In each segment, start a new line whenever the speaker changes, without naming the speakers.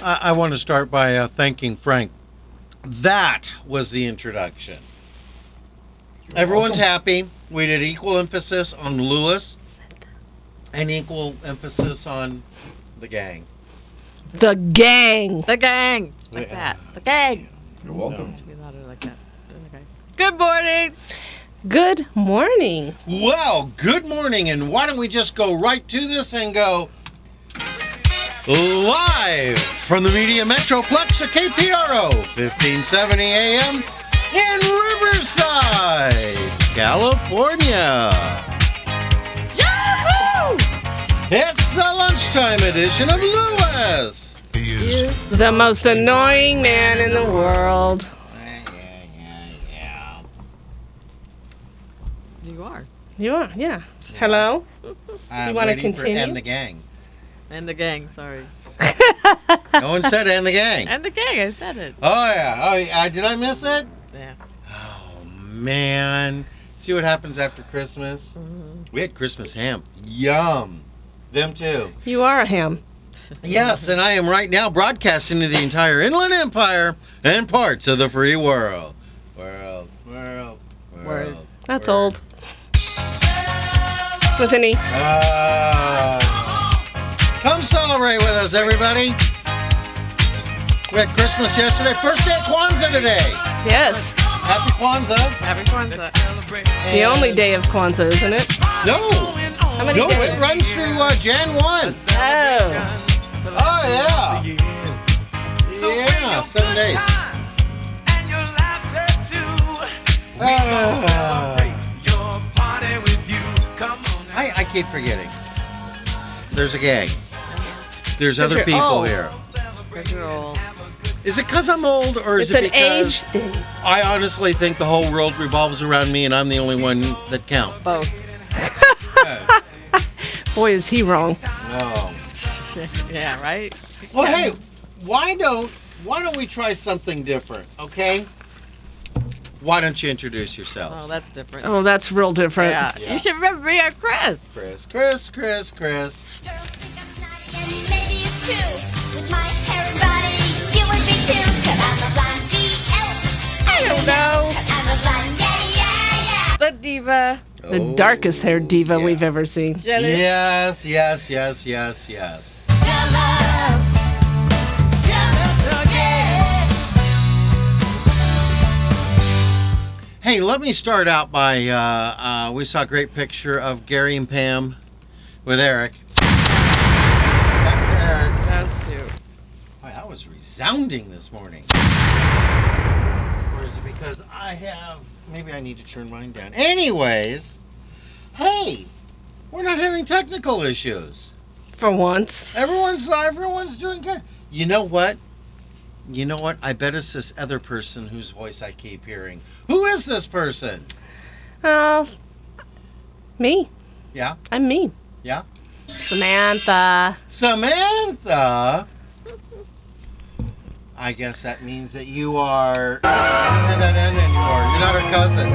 I, I want to start by uh, thanking Frank. That was the introduction. Everyone's happy. We did equal emphasis on Lewis and equal emphasis on the gang.
The gang.
The gang. Like
Yeah.
that. The gang.
You're welcome.
Be louder like that. Okay. Good morning.
Good morning.
Well, good morning, and why don't we just go right to this and go live from the Media Metroplex at KPRO, 1570 AM in Riverside, California.
Yahoo!
It's the lunchtime edition of Lewis.
He is
The most annoying man in the world.
You are.
You are, yeah. Hello?
I'm
wanna
waiting for
continue?
and the gang.
And the gang. Sorry.
No one said and the gang.
And the gang. I said it.
Oh yeah. Oh, yeah. did I miss it?
Yeah.
Oh man. See what happens after Christmas?
Mm-hmm.
We had Christmas ham. Yum. Them too.
You are a him.
Yes, and I am right now broadcasting to the entire Inland Empire and parts of the free world. World, world, world.
Word.
That's
Word.
old. With an E.
Ah. come celebrate with us, everybody. We had Christmas yesterday. First day of Kwanzaa today.
Yes.
Happy Kwanzaa.
Happy Kwanzaa.
The only
And-
day of Kwanzaa, isn't it?
No.
How many
No, it
days?
runs through uh, Jan 1.
Oh.
Oh, yeah. Yeah, seven days. Ah. I, I keep forgetting. There's a gang. There's other
you're
people
old.
here.
Because you're old.
Is it because I'm old or is
It's
it
an
because
age thing.
I honestly think the whole world revolves around me and I'm the only one that counts?
Both.
Boy, is he wrong.
No.
yeah. Right.
Well, hey, why don't why don't we try something different? Okay. Why don't you introduce yourselves?
Oh, that's different.
Oh, that's real different.
yeah.
Yeah.
You should remember me. I'm Chris.
Chris, Chris, Chris, Chris.
Girls think I'm snotty, and maybe it's true. With my hair and body, you would be too. i I'm a blonde BL. I don't know. i I'm a blonde, yeah, yeah, yeah.
The diva.
The darkest hair diva
Oh, yeah.
we've ever seen.
Jealous.
Yes, yes, yes, yes, yes.
Jealous. Jealous again.
Hey, let me start out by uh, uh, we saw a great picture of Gary and Pam with Eric. That's Eric.
That was cute.
Boy, that was resounding this morning. Or is it because I have? Maybe I need to turn mine down. Anyways, hey, we're not having technical issues.
For once.
Everyone's uh, everyone's doing good. You know what? You know what? I bet it's this other person whose voice I keep hearing. Who is this person?
Uh, me.
Yeah?
I'm me.
Yeah?
Samantha.
Samantha. I guess that means that you are. I don't have that end anymore. You're not her cousin.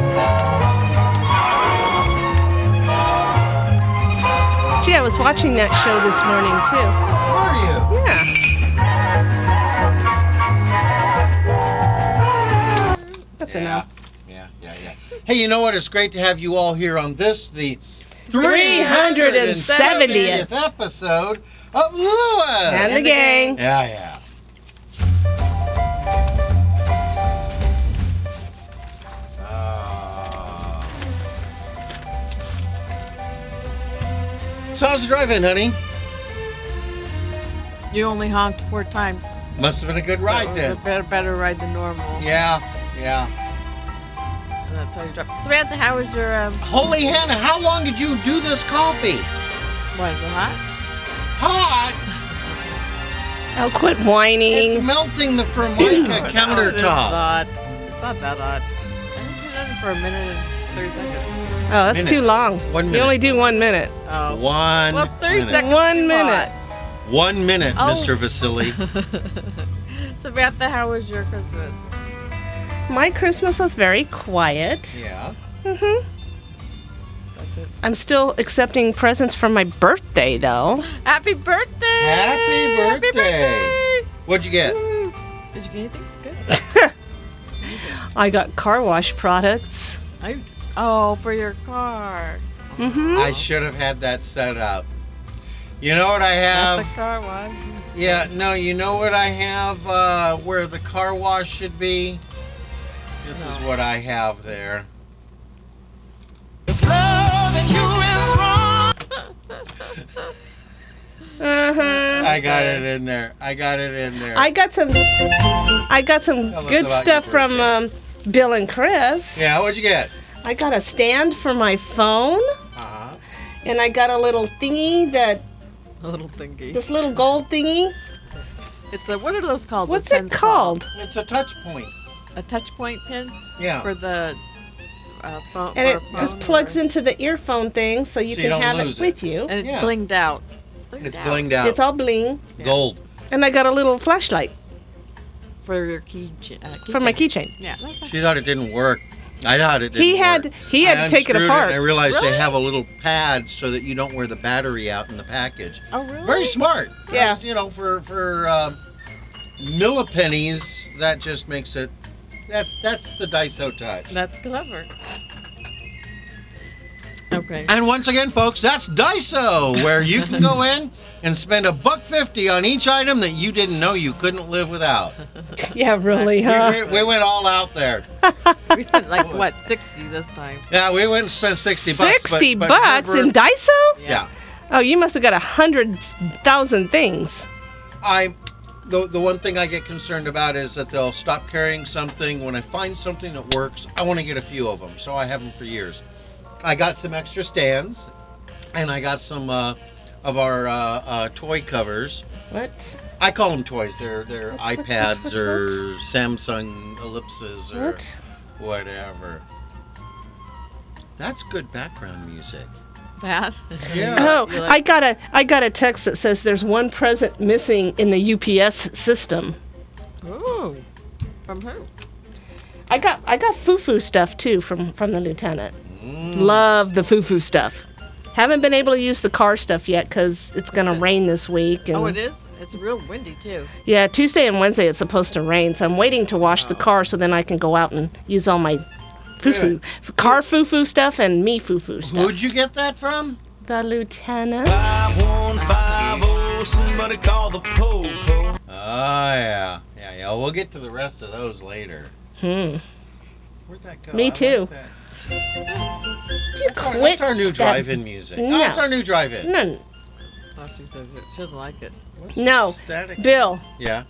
Gee, I was watching that show this morning
Who are you?
too. Yeah. That's enough.
Yeah, yeah, yeah. Hey, you know what? It's great to have you all here on this, the
370th
370th episode of Lewis.
And the gang.
Yeah, yeah. Uh, So how's the drive-in, honey?
You only honked four times.
Must have been a good ride
That was
then.
a better, better ride than normal.
Yeah, yeah.
And that's how you drop. Samantha, how was your um?
Holy Hannah, how long did you do this coffee?
Was it hot?
Hot!
Oh, quit whining.
It's melting the Formica
Oh, It's
countertop.
not. It's not that hot. I didn't put it in for a minute and thirty seconds.
oh, that's
minute.
too long.
One
You
minute.
only do one minute.
Oh.
One
Well, thirty
minute.
seconds.
One
too
minute.
One minute,
Oh.
Mr. Vasili.
hot. Samantha, how was your Christmas?
My Christmas was very quiet.
yeah.
hmm
That's it.
I'm still accepting presents for my birthday, though.
Happy birthday!
Happy birthday.
Happy birthday!
What'd you get?
Did you get anything good?
I got car wash products.
I oh for your car.
Mm-hmm.
I should have had that set up. You know what I
Not
Um,
have?
the car wash.
Yeah, no, you know what I have uh, where the car wash should be? This is
No.
what I have there.
Uh-huh.
I got it in there. I got it in there.
I got some. I got some
Tell us
good
about your
stuff from
birthday.
um, Bill and Chris.
yeah, what'd you get?
I got a stand for my phone,
Uh-huh.
and I got a little thingy that
A little thingy.
this little gold thingy.
It's a what are those called? Those
What's it
pins
called? Oh.
It's a touch point.
A touch point pin
Yeah.
for the uh, phone.
And
for
it
a
just
phone
plugs
or-
into the earphone thing, so you
So you
can
don't
have
lose
it
it.
with you.
And it's
Yeah.
blinged out. It's blinged
It's
out
blinged out.
It's all bling.
Yeah.
gold.
And I got a little flashlight
for your key. ch- Uh,
for my
keychain.
keychain.
Yeah, that's fine.
She thought it didn't work. I thought it didn't
He
work.
had he had
I
to take it
unscrewed
apart.
and I realized they
Really?
have a little pad so that you don't wear the battery out in the package.
Oh really?
Very smart.
Yeah.
You know, for for um, millipennies, that just makes it. That's that's the Daiso touch.
That's clever. Okay.
And once again, folks, that's Daiso, where you can go in and spend a buck fifty on each item that you didn't know you couldn't live without.
Yeah, really,
We,
huh?
we, we went all out there.
we spent like what sixty this time.
Yeah, we went and spent sixty bucks. but-
60
but
bucks
remember-
in Daiso?
yeah.
Oh, you must have got a hundred thousand things.
I the the one thing I get concerned about is that they'll stop carrying something. When I find something that works, I want to get a few of them, so I have them for years. I got some extra stands, and I got some uh, of our uh, uh, toy covers.
What?
I call them toys. They're they're iPads or Samsung ellipses or
What?
whatever. That's good background music.
That.
Yeah.
Oh,
You're
I
like,
got a I got a text that says there's one present missing in the UPS system.
Ooh. From who?
I got I got foo-foo stuff too from from the lieutenant. Love the foo-foo stuff. Haven't been able to use the car stuff yet because it's gonna rain this week. And
Oh, it is. It's real windy too.
Yeah, Tuesday and Wednesday it's supposed to rain, so I'm waiting to wash the car so then I can go out and use all my foo-foo, f- car foo-foo stuff and me foo-foo stuff.
Who'd you get that from?
The lieutenant.
Ah.
5150, oh, somebody call the po-po.
Oh yeah, yeah, yeah. We'll get to the rest of those later.
Hmm.
Where'd that go?
Me
I like
too.
that.
You
That's our, that's
quit
our new
that-
drive-in music. No. That's
No.
our new drive-in.
No,
Oh, she says it- she doesn't like it.
What's
No.
the static?
Bill.
Yeah.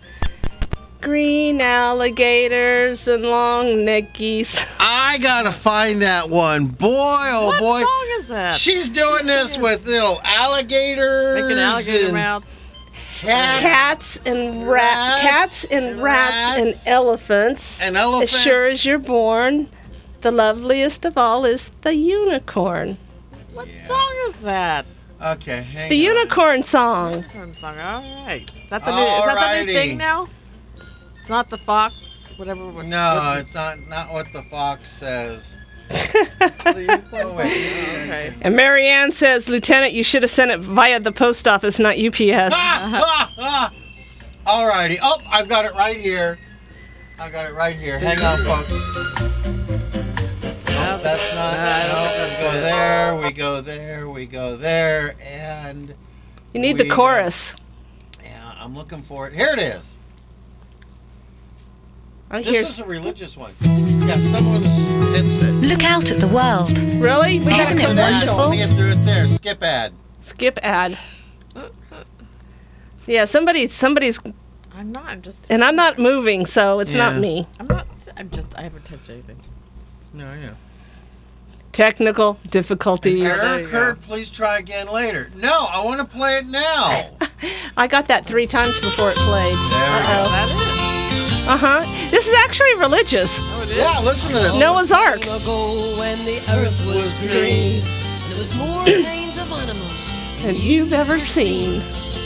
Green alligators and long neckies.
I gotta find that one, boy. Oh
what
boy.
song is that?
She's doing
She's
this
singing.
with little alligators,
Make an alligator
and
mouth.
cats,
Cats and rats. Cats and rats and
Rats.
elephants.
and
As
elephants.
sure as you're born, the loveliest of all is the unicorn.
What
Yeah.
song is that?
Okay.
It's
hang
the
on.
unicorn song.
Turn song. All right. Is that the new? Is that the new
Alrighty.
thing now? It's not the fox. Whatever. what-
No, it's not not what the fox says.
what the unicorn
Oh, wait.
song- Okay.
And Marianne says, Lieutenant, you should have sent it via the post office, not UPS.
ah, ah, ah. Alrighty. Oh, I've got it right here. I got it right here. Hang on, folks. Nope, that's not.
No, I don't
nope.
think
We go
that's it.
there. We go there. We go there. And
You need the
We- uh,
chorus.
yeah, I'm looking for it. Here it is.
I
This
hear.
is a religious one. Yeah, someone's hits it.
Look out at the world.
Really? We got a
Isn't it
commercial.
wonderful?
Let me get through it there. Skip ad.
Skip ad. Yeah, somebody, somebody's,
I'm not. I'm just.
and I'm not moving, so it's
Yeah.
not me.
I'm not. I'm just. I haven't touched anything.
No, I know.
Technical difficulties.
There
Error
you
occurred. Please try again later. No, I want to play it now.
I got that three times before it
There
played.
we go.
Uh-oh.
That is.
Uh huh. This is actually religious.
Oh, it is.
Yeah, listen to this.
Noah's Ark.
ago when the earth was green and there was more kinds of animals
And you've ever seen.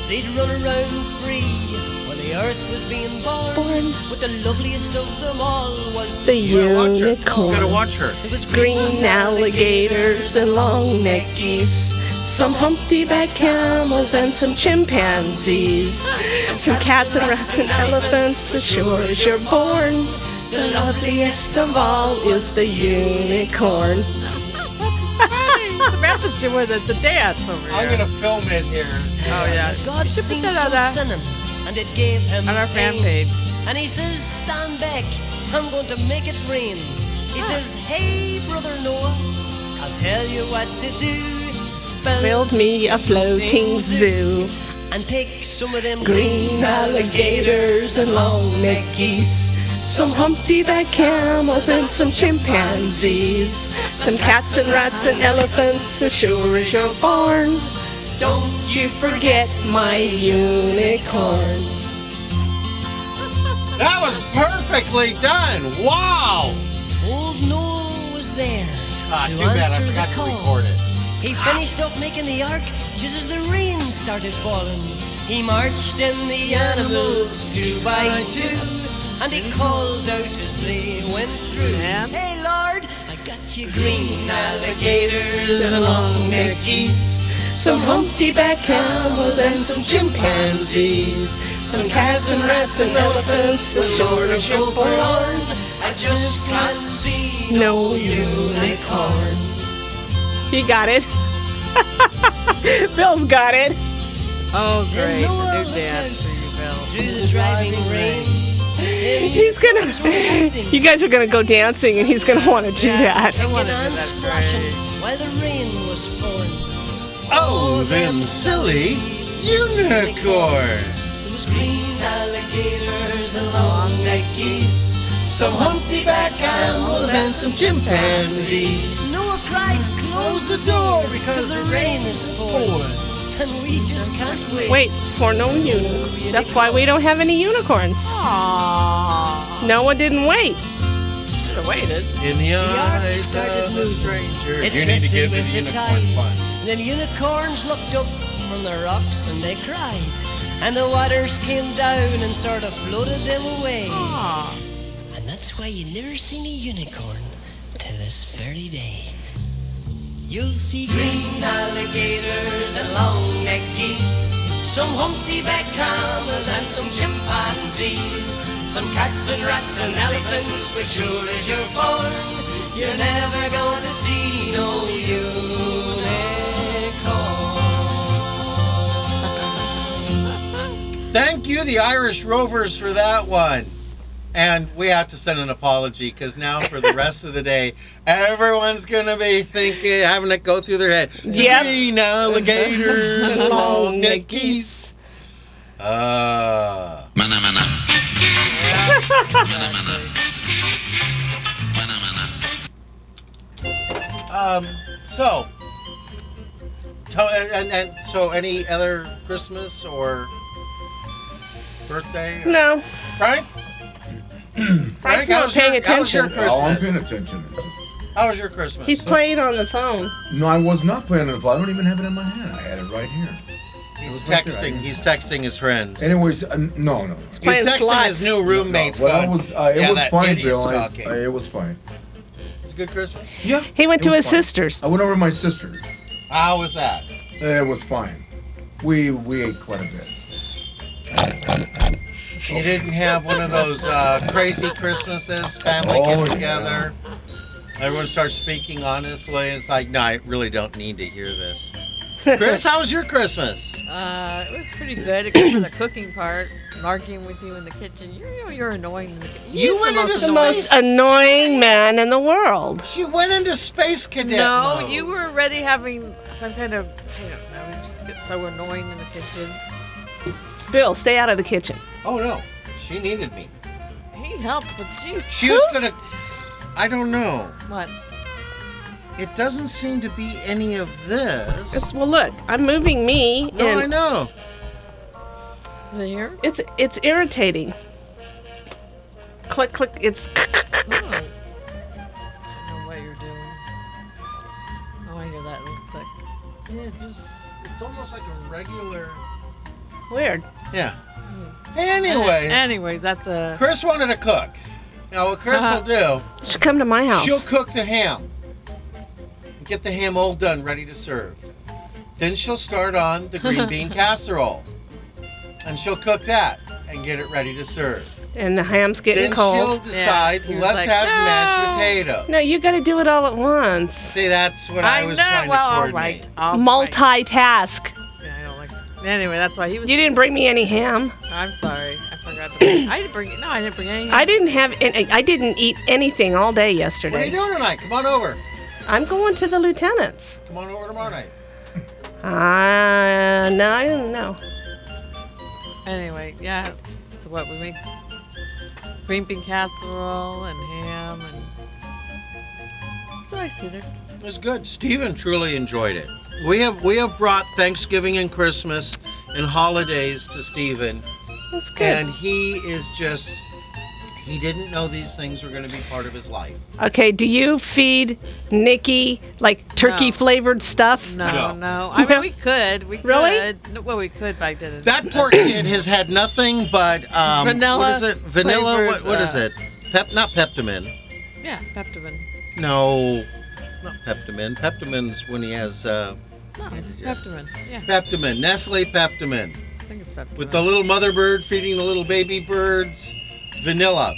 they'd run around free when the earth was being born, but the loveliest of them all was
The
You gotta watch her. You gotta
unicorn.
watch her.
there was
Green alligators and long neckies. Some humpty back camels and some chimpanzees. Some cats and rats and elephants, as sure as you're born. The loveliest of all is the unicorn.
The map is doing this, the dance over
I'm
here.
gonna film it here.
Oh, yeah.
God
should put
seen
that on
some
our-
sin him, and it gave him
On our fan
pain.
page.
And he says, Stand back, I'm going to make it rain. He says, Hey, brother Noah, I'll tell you what to do.
Build me a floating zoo.
and take some of them
Green alligators and long neck geese. Some humpty back camels and some chimpanzees. Some cats and rats and elephants, as sure as you're born. Don't you forget my unicorn.
That was perfectly done. Wow.
Old Noah was there.
Ah,
to
too bad I
answer the
forgot to
call.
record it.
He finished up making the ark just as the rain started falling. He marched in the animals two by two, and he called out as they went through.
Man.
Hey Lord, I got you green alligators and long neck geese.
Some humpty back camels and some chimpanzees. Some cats and rats and elephants, the short of short
Born, I just can't see
No
unicorn.
He got it. Bill's got it.
Oh, great. The new
Hello, little
dance for you, Bill.
Through the driving rain,
He's gonna. You guys are gonna go dancing, and he's gonna want to do that.
kicking
wanna do
and
that
splashing
parade.
while the rain was falling.
Oh, them silly unicorns.
It was green alligators and long neck geese.
Some humpty back camels and some chimpanzees.
Noah cried, close the door because the rain is pouring. And we just can't wait.
Wait, for no unicorn. That's why we don't have any unicorns.
Aww.
Noah didn't wait.
Should have waited.
In the
ark
eyes
started
of a
moving.
stranger.
It
You need to
drifted
give the
with
unicorn fun.
Then unicorns looked up from their rocks and they cried. And the waters came down and sort of floated them away.
Aww.
And that's why you never seen a unicorn to this very day. You'll see green alligators and long-necked geese, some humpty-back camels and some chimpanzees, some cats and rats and elephants, for sure as you're born, you're never going to see no unicorn.
Thank you, the Irish Rovers, for that one. And we have to send an apology because now for the rest of the day, everyone's going to be thinking, having it go through their head.
Yep.
Green alligators, long neck geese. Uh,
Mana mana. Mana mana. Mana mana.
um, so, to, and, and so any other Christmas or birthday?
No,
Frank?
Frank's
how
not
was your-
paying
how was your
attention.
Christmas?
Oh, I'm paying attention. It's just-
How was your Christmas?
He's playing on the phone.
no, I was not playing on the fly. I don't even have it in my hand. I had it right here. It
He's
was right there. I
texting.
didn't-
He's texting his friends.
Anyways, uh, no, no. It's
He's
Playing
texting
slots.
his new roommates.
no, well,
going,
it was, uh, it
yeah,
was
that
fine,
idiot's
Bill. I,
talking.
I, it was fine.
It's a good Christmas.
Yeah.
He went
it
to
was
his
fine.
sister's.
I went over to my sister's.
How was that?
It was fine. We we ate quite a bit.
You didn't have one of those uh, crazy Christmases, family
Oh,
get together. Everyone starts speaking honestly. It's like, no, I really don't need to hear this. Chris, how was your Christmas?
Uh, it was pretty good, except for the cooking part. and Arguing with you in the kitchen. You know you're annoying in the kitchen.
You
He's
went into
The
some-
annoying-
most annoying man in the world.
She went into space cadet.
No,
mode.
you were already having some kind of. I don't know. You just get so annoying in the kitchen.
Bill, stay out of the kitchen.
Oh no, she needed me.
He helped, but geez,
She
who's
was gonna. I don't know.
what?
It doesn't seem to be any of this.
It's well, look, I'm moving me,
no, I
and
know.
Is it here?
it's it's irritating. Click click. It's
Oh. I don't know what you're doing. Oh, I hear that real quick.
Yeah, just it's almost like a regular.
weird.
Yeah.
Anyway,
Anyways,
Anyways, that's a.
Chris wanted to cook. Now what Chris
Uh-huh.
will do?
Should come to my house.
She'll cook the ham. Get the ham all done, ready to serve. Then she'll start on the green bean casserole. And she'll cook that and get it ready to serve.
And the ham's getting
then she'll
cold.
decide,
He was
let's
like,
have mashed
"No."
potato.
No, you got to do it all at once.
See, that's what I,
I
was
know.
trying
well,
to
all
coordinate.
right. All right.
Multitask.
Yeah, I don't like that. Anyway, that's why he was.
You didn't bring me any ham.
I'm sorry. I forgot to bring. I didn't bring. No, I didn't bring any.
I didn't have. Any, I didn't eat anything all day
What are you
yesterday.
doing tonight? Come on over.
I'm going to the lieutenant's.
Come on over tomorrow night.
Uh, no, I didn't know.
Anyway, yeah. So what we made? Green bean casserole and ham and. It's a nice dinner.
It was good. Stephen truly enjoyed it. We have we have brought Thanksgiving and Christmas and holidays to Stephen,
That's good.
and he is just he didn't know these things were going to be part of his life.
Okay, do you feed Nikki like turkey flavored stuff?
No,
No.
no. I mean,
No.
we could. We
Really?
could. No, Well, we could, but I didn't.
That poor kid has had nothing but um,
Vanilla
What is it? Vanilla.
flavored,
what what is
uh,
it? Pep not peptamin.
yeah, peppermint.
No, not peptamin. Peptamin's when he has uh,
No, it's
Yeah.
peppermint. Yeah,
peptamin. Nestle peptamin.
I think it's peppermint.
with the little mother bird feeding the little baby birds vanilla.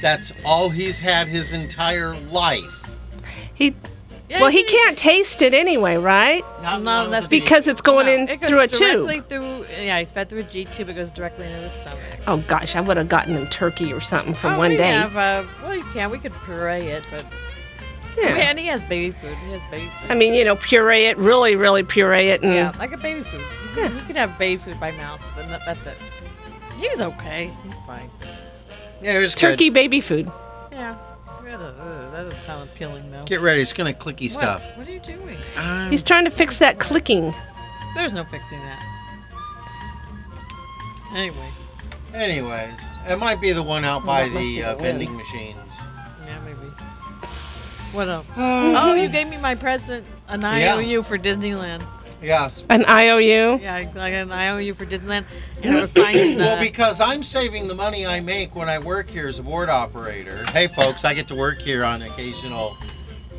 That's all he's had his entire life.
He
Yeah,
well, he
you
can't taste it anyway, right?
Not
No,
one
that's
of the-
Because it's going
No,
in
it goes
through a
directly
tube.
Through, yeah, he's fed through a G tube. It goes directly into the stomach.
Oh gosh, I would have gotten him turkey or something for
Oh,
one
we
day.
Have, uh, well, you can. We could puree it, but
Yeah.
and he has baby food. He has baby food.
I mean, you know, puree it, really, really puree it,
Mm.
and
yeah, like a baby food. You can, you can have baby food by mouth, but that, that's it. He was okay. He's fine.
Yeah, here's good.
turkey baby food.
Yeah. That doesn't- uh, that doesn't sound appealing though.
Get ready. It's gonna clicky
What?
stuff.
What are you doing?
Um,
Mm.
He's trying to fix that clicking.
There's no fixing that. Anyway,
anyways, it might be the one out by
that must
the
be
uh,
the wind.
vending machines.
yeah, maybe. What else?
Uh,
Oh, you gave me my present, an
Yeah.
IOU for Disneyland.
yes.
An IOU.
Yeah, I- like an IOU for Disneyland, and it was signed in uh, the.
Well, because I'm saving the money I make when I work here as a board operator. Hey, folks, I get to work here on occasional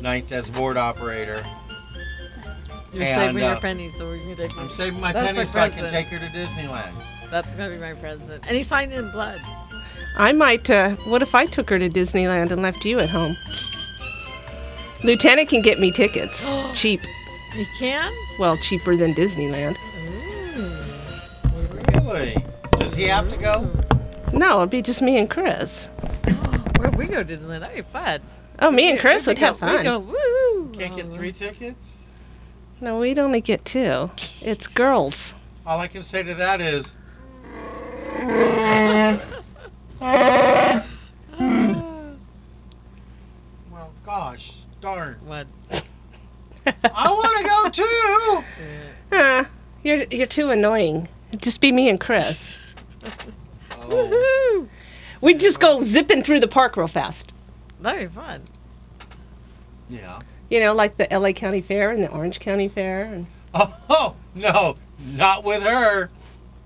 nights as a board operator.
You're
and,
saving
uh,
your pennies, so we can take.
I'm saving my
That's my
pennies so I can
present.
take her to Disneyland.
That's gonna be my present. And he signed it in blood.
I might. Uh, what if I took her to Disneyland and left you at home? Lieutenant can get me tickets, cheap.
He can.
Well, cheaper than Disneyland.
Really? Does he have to go?
No, it'd be just me and Chris.
Where we go to Disneyland? That'd be fun.
Oh, me and Chris
We
would
go-
have
We
fun.
go woo.
Can't get three tickets?
No, we'd only get two. It's girls.
All I can say to that is, well, gosh, darn.
What?
I want to go too!
Ah, you're you're too annoying. It'd just be me and Chris.
Oh,
Woo.
We'd just go zipping through the park real fast.
That'd be fun.
yeah.
You know, like the L.A. County Fair and the Orange County Fair. And
Oh, no, not with her.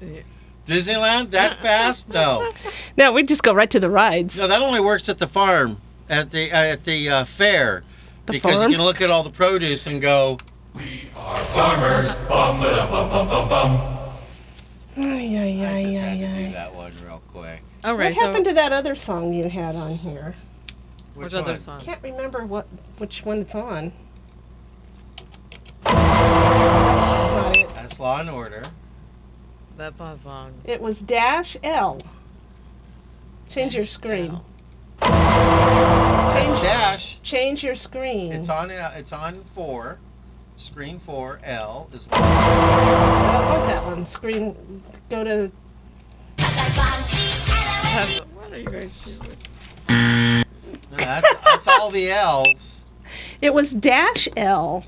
Yeah.
Disneyland that fast? No.
no, we'd just go right to the rides.
No, that only works at the farm, at the uh, at the uh, fair, because
farm?
you can look at all the produce and go,
Ay, ay,
I
ay,
just had
ay,
to do
ay.
that one real quick.
All
What
right.
happened
so,
to that other song you had on here?
which other
one?
song?
Can't remember what which one it's on. Not it.
That's Law and Order.
That's not a song.
It was dash L. Change your screen.
It's
Change,
Dash.
change your screen.
It's on. uh, It's on four. Screen four. L is.
What was that one? Screen. Go to.
That's- What are you guys doing?
No, that's, that's all the L's.
It was dash L.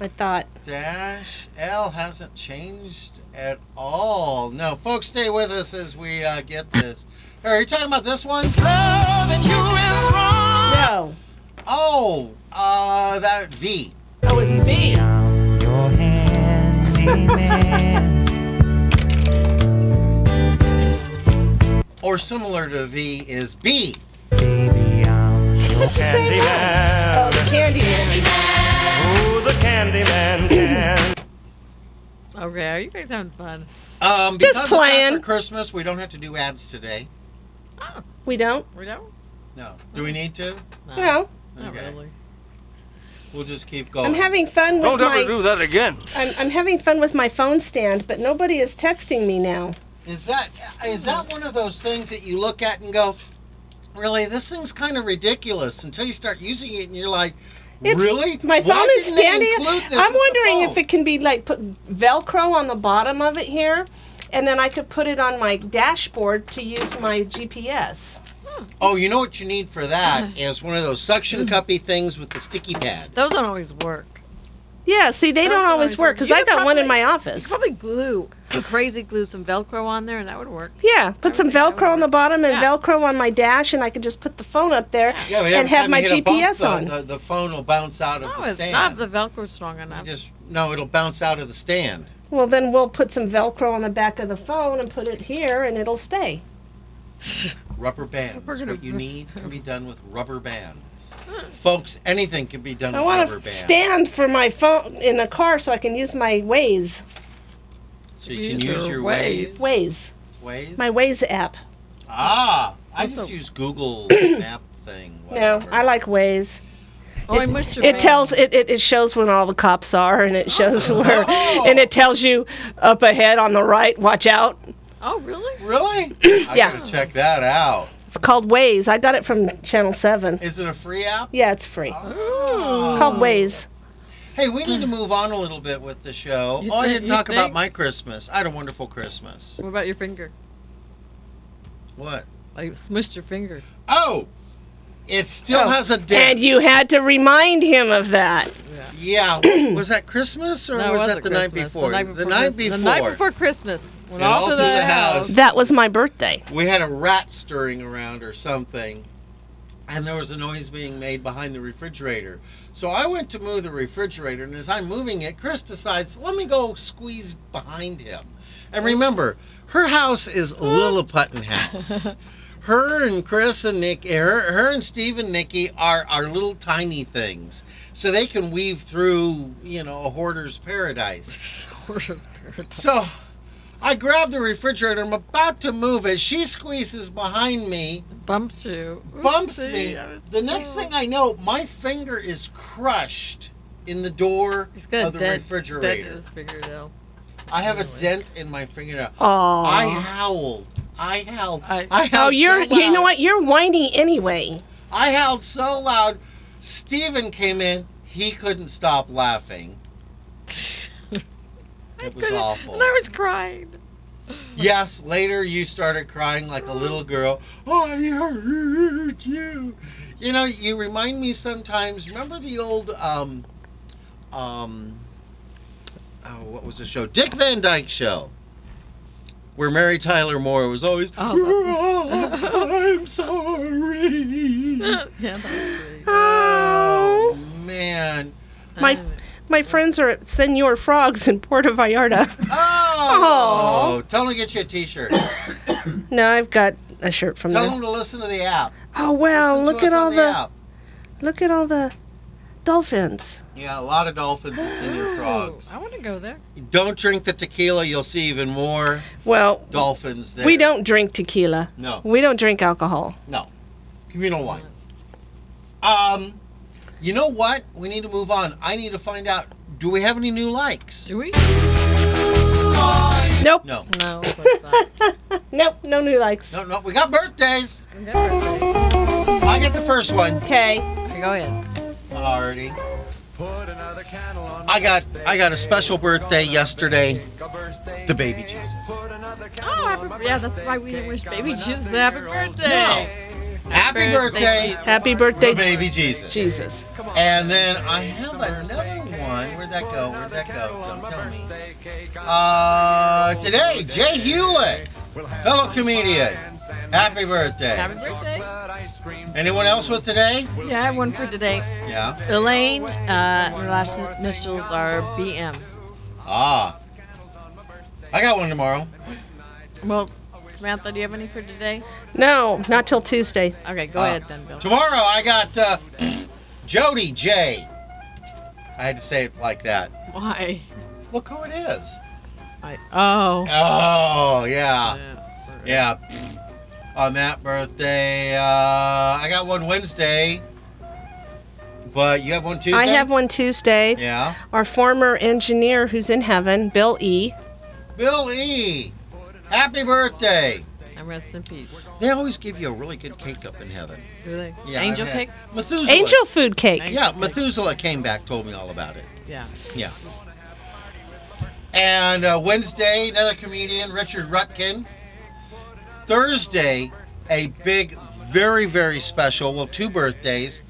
I thought.
Dash L hasn't changed at all. No, folks, stay with us as we uh, get this. Hey, Are you talking about this one?
No.
Oh, uh, that V.
Oh, it's B.
Or similar to V is B.
Candyman.
Oh,
Oh,
Who the Candyman can.
Okay, are you guys having fun?
Um,
Just
because it's not
playing.
for Christmas, we don't have to do ads today.
We don't?
We don't?
No. Do we need to?
No.
No.
Not
Okay.
really.
We'll just keep going.
I'm having fun with
Don't ever
my
do that again.
I'm, I'm having fun with my phone stand, but nobody is texting me now.
Is that is that one of those things that you look at and go, really, this thing's kind of ridiculous until you start using it and you're like,
It's-
really?
My
Why
phone is
didn't they
standing.
include this with
I'm
the
wondering if
phone?
it can be like put Velcro on the bottom of it here, and then I could put it on my dashboard to use my GPS.
Oh, you know what you need for
Uh-huh.
that is one of those suction
Mm-hmm.
cuppy things with the sticky pad.
Those don't always work.
Yeah, see, they
Those
don't always
always
work
work.
because
You
I
could
got one in
probably-
my office.
Probably glue, crazy glue, some Velcro on there, and that would work.
Yeah, put some
think that would
Velcro on the
work.
bottom and
Yeah.
Velcro on my dash, and I could just put the phone up there
Yeah, but every
and have
time
my
you hit a bump,
GPS
the-
on.
The, the phone will bounce out of
No,
the
it's
stand.
not the Velcro's strong enough.
Just no, it'll bounce out of the stand.
Well, then we'll put some Velcro on the back of the phone and put it here, and it'll stay.
Rubber bands.
We're gonna-
What you need can be done with rubber bands. Folks, anything can be done
I
with
want
rubber
to
bands.
stand for my phone in the car so I can use my Waze.
So you can
These
use
are
your
ways.
ways.
Waze.
Ways.
My Waze app.
Ah, I
What's
just
a-
use Google map thing.
No, I like Waze.
oh, I mushed your
It
band.
tells it, it, it shows when all the cops are and it shows
Oh,
where and it tells you up ahead on the right, watch out.
Oh, really?
Really? I
Yeah.
gotta check that out.
It's called Waze. I got it from Channel 7.
Is it a free app?
Yeah, it's free.
Oh.
It's called Waze.
Hey, we need to move on a little bit with the show.
You
oh, I
thi-
didn't
you
talk about
think?
my Christmas. I had a wonderful Christmas.
What about your finger?
What?
I smushed your finger.
Oh, it still
Oh,
has a
And
dent.
you had to remind him of that.
Yeah.
yeah, was that Christmas or
No, it
was that
wasn't
the night
Christmas.
before?
The
night
Christmas-
before.
The night before Christmas. Went
And
all through the house.
That was my birthday.
we had a rat stirring around or something, and there was a noise being made behind the refrigerator. So I went to move the refrigerator, and as I'm moving it, Chris decides, let me go squeeze behind him. And remember, her house is Lilliputton House. Her and Chris and Nick, her, her and Steve and Nikki are, are little tiny things. So they can weave through, you know, a hoarder's paradise.
Horses paradise.
So I grab the refrigerator. I'm about to move it. She squeezes behind me,
Bumps you.
bumps
Oopsie,
me.
I was
The next
so-
thing I know, my finger is crushed in the door
He's got a
of the
dent, dent in
refrigerator.
his fingernail.
I have a dent in my fingernail. I
Oh.
howled. I howled.
I-
I howled.
Oh, you're
so
you know
loud.
what? You're whiny anyway.
I howled so loud. Steven came in. He couldn't stop laughing. It was
Couldn't-
awful.
And I was crying.
Yes, later you started crying like a little girl. Oh, I hurt you. You know, you remind me sometimes. Remember the old um, um, oh, what was the show? Dick Van Dyke Show, where Mary Tyler Moore was always.
Oh,
I'm sorry.
yeah, that was sweet.
Oh man.
My my friends are at Senor Frogs in Puerto Vallarta.
Oh. Tell them to get you a T-shirt.
no, I've got a shirt from
Tell
them.
them to listen to the app.
Oh wow!
Listen to
Look
us
at
on
all
the
the
app.
look at all the dolphins.
Yeah, a lot of dolphins and senior
Oh,
frogs.
I want to go there.
Don't drink the tequila, you'll see even more
Well,
dolphins there.
we don't drink tequila.
No,
We don't drink alcohol.
communal wine. Um, you know what? We need to move on. I need to find out do we have any new likes?
Do we?
Nope.
No.
No, of course not.
Nope. No new likes.
No, no, we got birthdays.
We got birthdays.
I get the first one
Okay.
Okay, Go ahead.
already.
Put another candle on
I got I got a special birthday yesterday. The baby Jesus.
Oh, happy- yeah, that's why we didn't wish Baby Jesus a happy birthday.
Happy birthday,
Happy
the
birthday,
baby Jesus.
Jesus.
And then I have another one. Where'd that go? Where'd that go? Don't tell me. Uh, today, Jay Hewlett, fellow comedian. Happy
Happy
birthday.
birthday.
Anyone else with today?
Yeah, I have one for today.
Yeah.
Elaine, uh, and her last initials are BM.
Ah. I got one tomorrow.
Well, Samantha, do you have any for today?
No, not till Tuesday.
Okay, go
Uh,
ahead then, Bill.
Tomorrow I got uh, Jody J. I had to say it like that.
Why?
Look who it is.
I, oh.
Oh, yeah.
Yeah.
Yeah. On that birthday, uh, I got one Wednesday. But you have one Tuesday?
I have one Tuesday.
Yeah.
Our former engineer who's in heaven, Bill E.
Bill E. Happy birthday.
And rest in peace.
They always give you a really good cake up in heaven.
Do they?
Yeah, I've
Angel
had-
pick?
Methuselah.
Angel food cake.
Yeah, Methuselah came back, told me all about it.
Yeah.
Yeah. And uh, Wednesday, another comedian, Richard Rutkin. Thursday, a big, very, very special, well, two birthdays.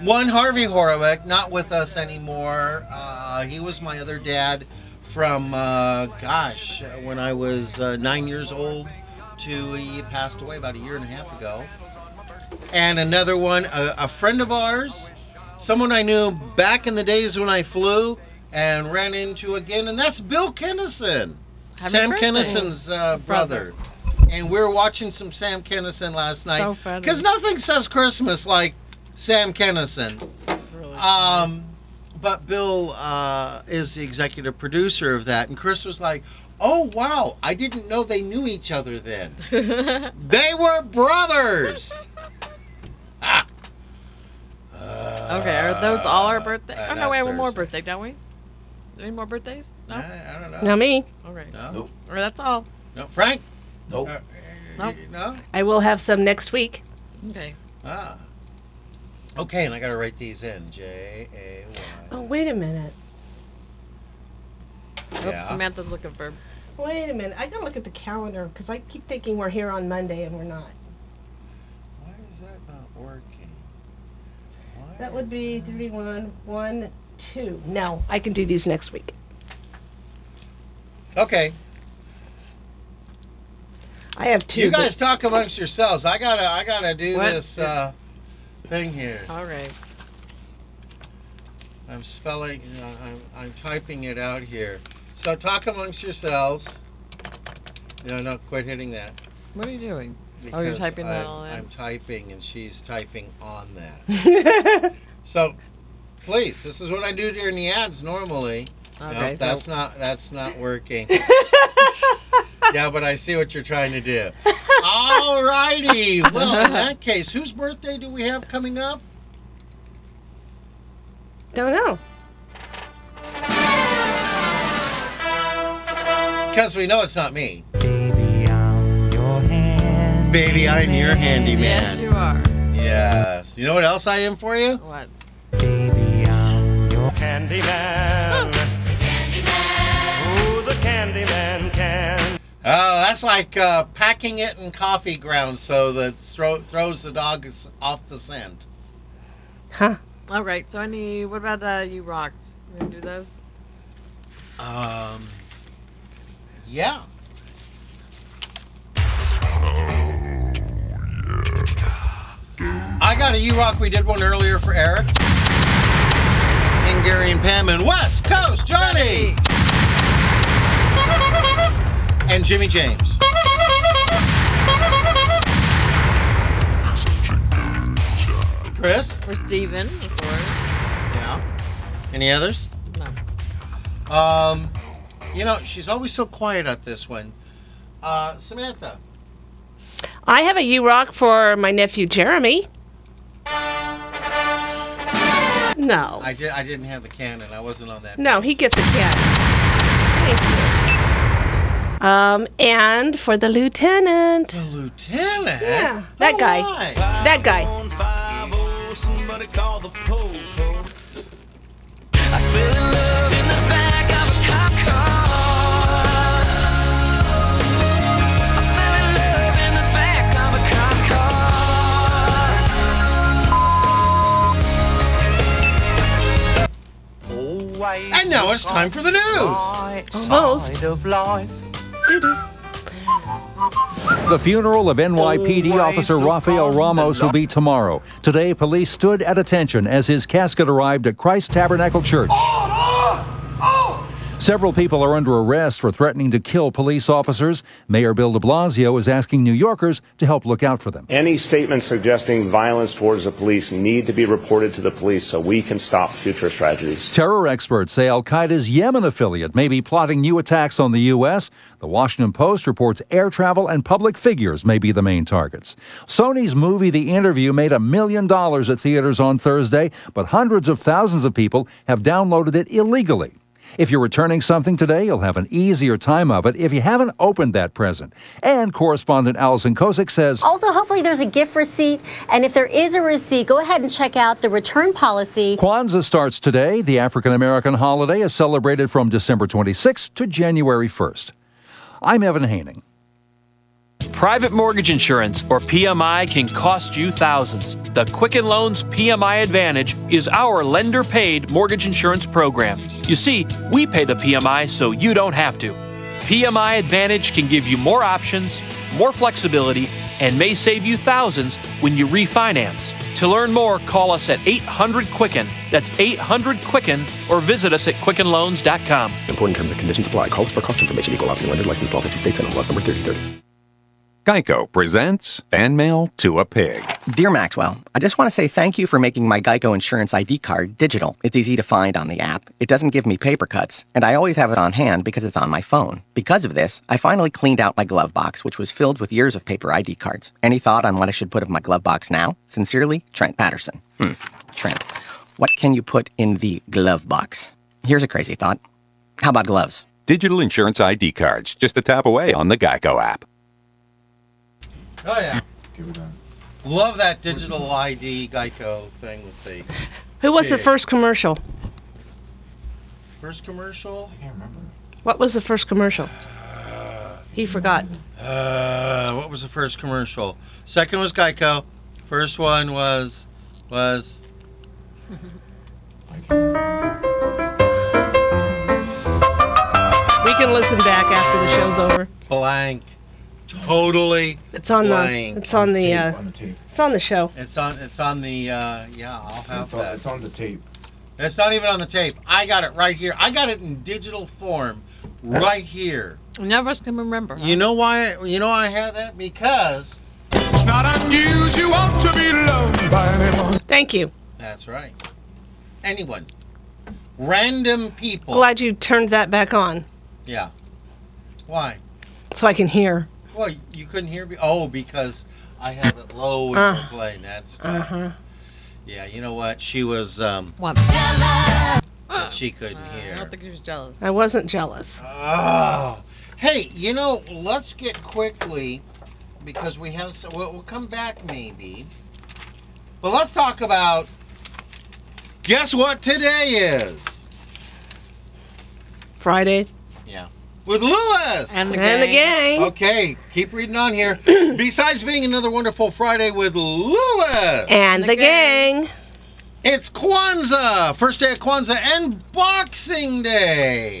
One, Harvey Horowick, not with us anymore. Uh, he was my other dad from, uh, gosh, when I was uh, nine years old to he passed away about a year and a half ago. And another one, a, a friend of ours, someone I knew back in the days when I flew and ran into again, and that's Bill Kennison,
Happy
Sam
birthday.
Kennison's uh, brother. And we were watching some Sam Kennison last
So
night
funny.
because nothing says Christmas like Sam Kennison.
It's really
Um, but Bill uh, is the executive producer of that, and Chris was like, "Oh wow, I didn't know they knew each other then. they were brothers." Ah.
Okay, are those all our birthdays?
Uh,
Oh no,
that's
we have one more
Thursday.
birthday, don't we? Any more birthdays? No.
I, I don't know.
Now me.
All right.
No.
Nope.
Or that's all.
No. Frank?
Nope.
Uh,
Nope.
No?
I will have some next week.
Okay.
Ah. Okay, and I gotta write these in. J A Y.
Oh, wait a minute.
Oops,
Yeah.
Samantha's looking for.
Wait a minute. I gotta look at the calendar because I keep thinking we're here on Monday and we're not.
Why is that not working? Why
That would be 31, 1, 2. No, I can do these next week.
Okay.
I have two.
you
but-
guys talk amongst yourselves. I gotta, I gotta do
What?
this uh, thing here.
All right.
I'm spelling, uh, I'm, I'm typing it out here. So talk amongst yourselves. No, no, quit hitting that.
What are you doing? Oh, you're
because
typing that
I'm-
all in.
I'm typing, and she's typing on that. so, please, this is what I do during the ads normally.
Okay.
nope,
so
that's not that's not working. yeah, but I see what you're trying to do. All righty. Well, in that case, whose birthday do we have coming up?
Don't know.
Because we know it's not me. Baby, I'm your
yes,
handyman.
you are.
Yes. You know what else I am for you?
What?
Candyman. Oh, the Candyman can.
Oh, that's like uh, packing it in coffee grounds so that thro- throws the dog s- off the scent.
Huh.
All right. So any? What about uh, you rocked? We gonna do those?
Um. Yeah. I got a U Rock. We did one earlier for Eric. And Gary and Pam and West Coast Johnny. And Jimmy James. Chris?
For Steven, of course.
Yeah. Any others?
No.
Um, you know, she's always so quiet at this one. Uh, Samantha.
I have a U Rock for my nephew Jeremy. No.
I did. I didn't have the cannon. I wasn't on that.
No, he gets a cat. Thank you. Um, and for the lieutenant.
The lieutenant.
Yeah, that
Oh,
guy.
my.
That guy.
On 5 somebody call the po I fell in love in the back of a cop car. I fell in love in the back of a cop car. Always
And now it's time for the news.
Almost.
of life.
The funeral of NYPD officer Rafael Ramos will be tomorrow. Today, police stood at attention as his casket arrived at Christ Tabernacle Church.
Oh, oh, oh,
Several people are under arrest for threatening to kill police officers. Mayor Bill de Blasio is asking New Yorkers to help look out for them.
Any statements suggesting violence towards the police need to be reported to the police so we can stop future tragedies.
Terror experts say Al Qaeda's Yemen affiliate may be plotting new attacks on the U.S. The Washington Post reports air travel and public figures may be the main targets. Sony's movie The Interview made a million dollars at theaters on Thursday, but hundreds of thousands of people have downloaded it illegally. If you're returning something today, you'll have an easier time of it if you haven't opened that present. And correspondent Allison Kosick says
Also, hopefully, there's a gift receipt. And if there is a receipt, go ahead and check out the return policy.
Kwanzaa starts today. The African American holiday is celebrated from December 26th to January 1st. I'm Evan Haining.
Private mortgage insurance, or PMI, can cost you thousands. The Quicken Loans PMI Advantage is our lender paid mortgage insurance program. You see, we pay the PMI so you don't have to. PMI Advantage can give you more options, more flexibility, and may save you thousands when you refinance. To learn more, call us at 800 Quicken. That's 800 Quicken, or visit us at QuickenLoans.com.
Important terms and conditions apply. Call us for cost information. Equal housing lender license law 50 states and MLS number 3030.
Geico presents fan mail to a pig.
Dear Maxwell, I just want to say thank you for making my Geico insurance ID card digital. It's easy to find on the app. It doesn't give me paper cuts, and I always have it on hand because it's on my phone. Because of this, I finally cleaned out my glove box, which was filled with years of paper ID cards. Any thought on what I should put in my glove box now? Sincerely, Trent Patterson. Hmm. Trent, what can you put in the glove box? Here's a crazy thought. How about gloves?
Digital insurance ID cards, just a tap away on the Geico app.
Oh yeah. Love that digital ID Geico thing with the
Who was the
pig.
first commercial?
first commercial. I can't remember.
What was the first commercial? He forgot.
Uh, what was the first commercial? Second was Geico. First one was was.
We can listen back after the show's over.
Blank. Totally.
It's on
blank.
the. It's on the.
Tape,
Uh, it's on the show.
It's on. It's on the. Uh, yeah, I'll have
It's on-
that.
it's on the tape.
It's not even on the tape. I got it right here. I got it in digital form, right here.
None of us can remember.
You know why? You know why I have that because.
It's not unusual to be loved by anyone.
Thank you.
That's right. Anyone. Random people.
Glad you turned that back on
Yeah. Why?
so I can hear.
Well, you couldn't hear me. Oh, because I have it low and
Uh,
uh, playing. That's
Uh huh.
yeah. You know what? She was um.
Once.
She couldn't
Uh, I
hear.
don't think she was jealous.
I wasn't jealous.
Oh. Hey, you know, let's get quickly because we have. So, we'll, we'll come back maybe. But let's talk about. Guess what today is?
Friday.
Yeah. With Lewis
And the And the gang. Oh. gang.
Okay, keep reading on here. Besides being another wonderful Friday with Lewis
And the gang.
it's Kwanzaa, first day of Kwanzaa, and Boxing Day.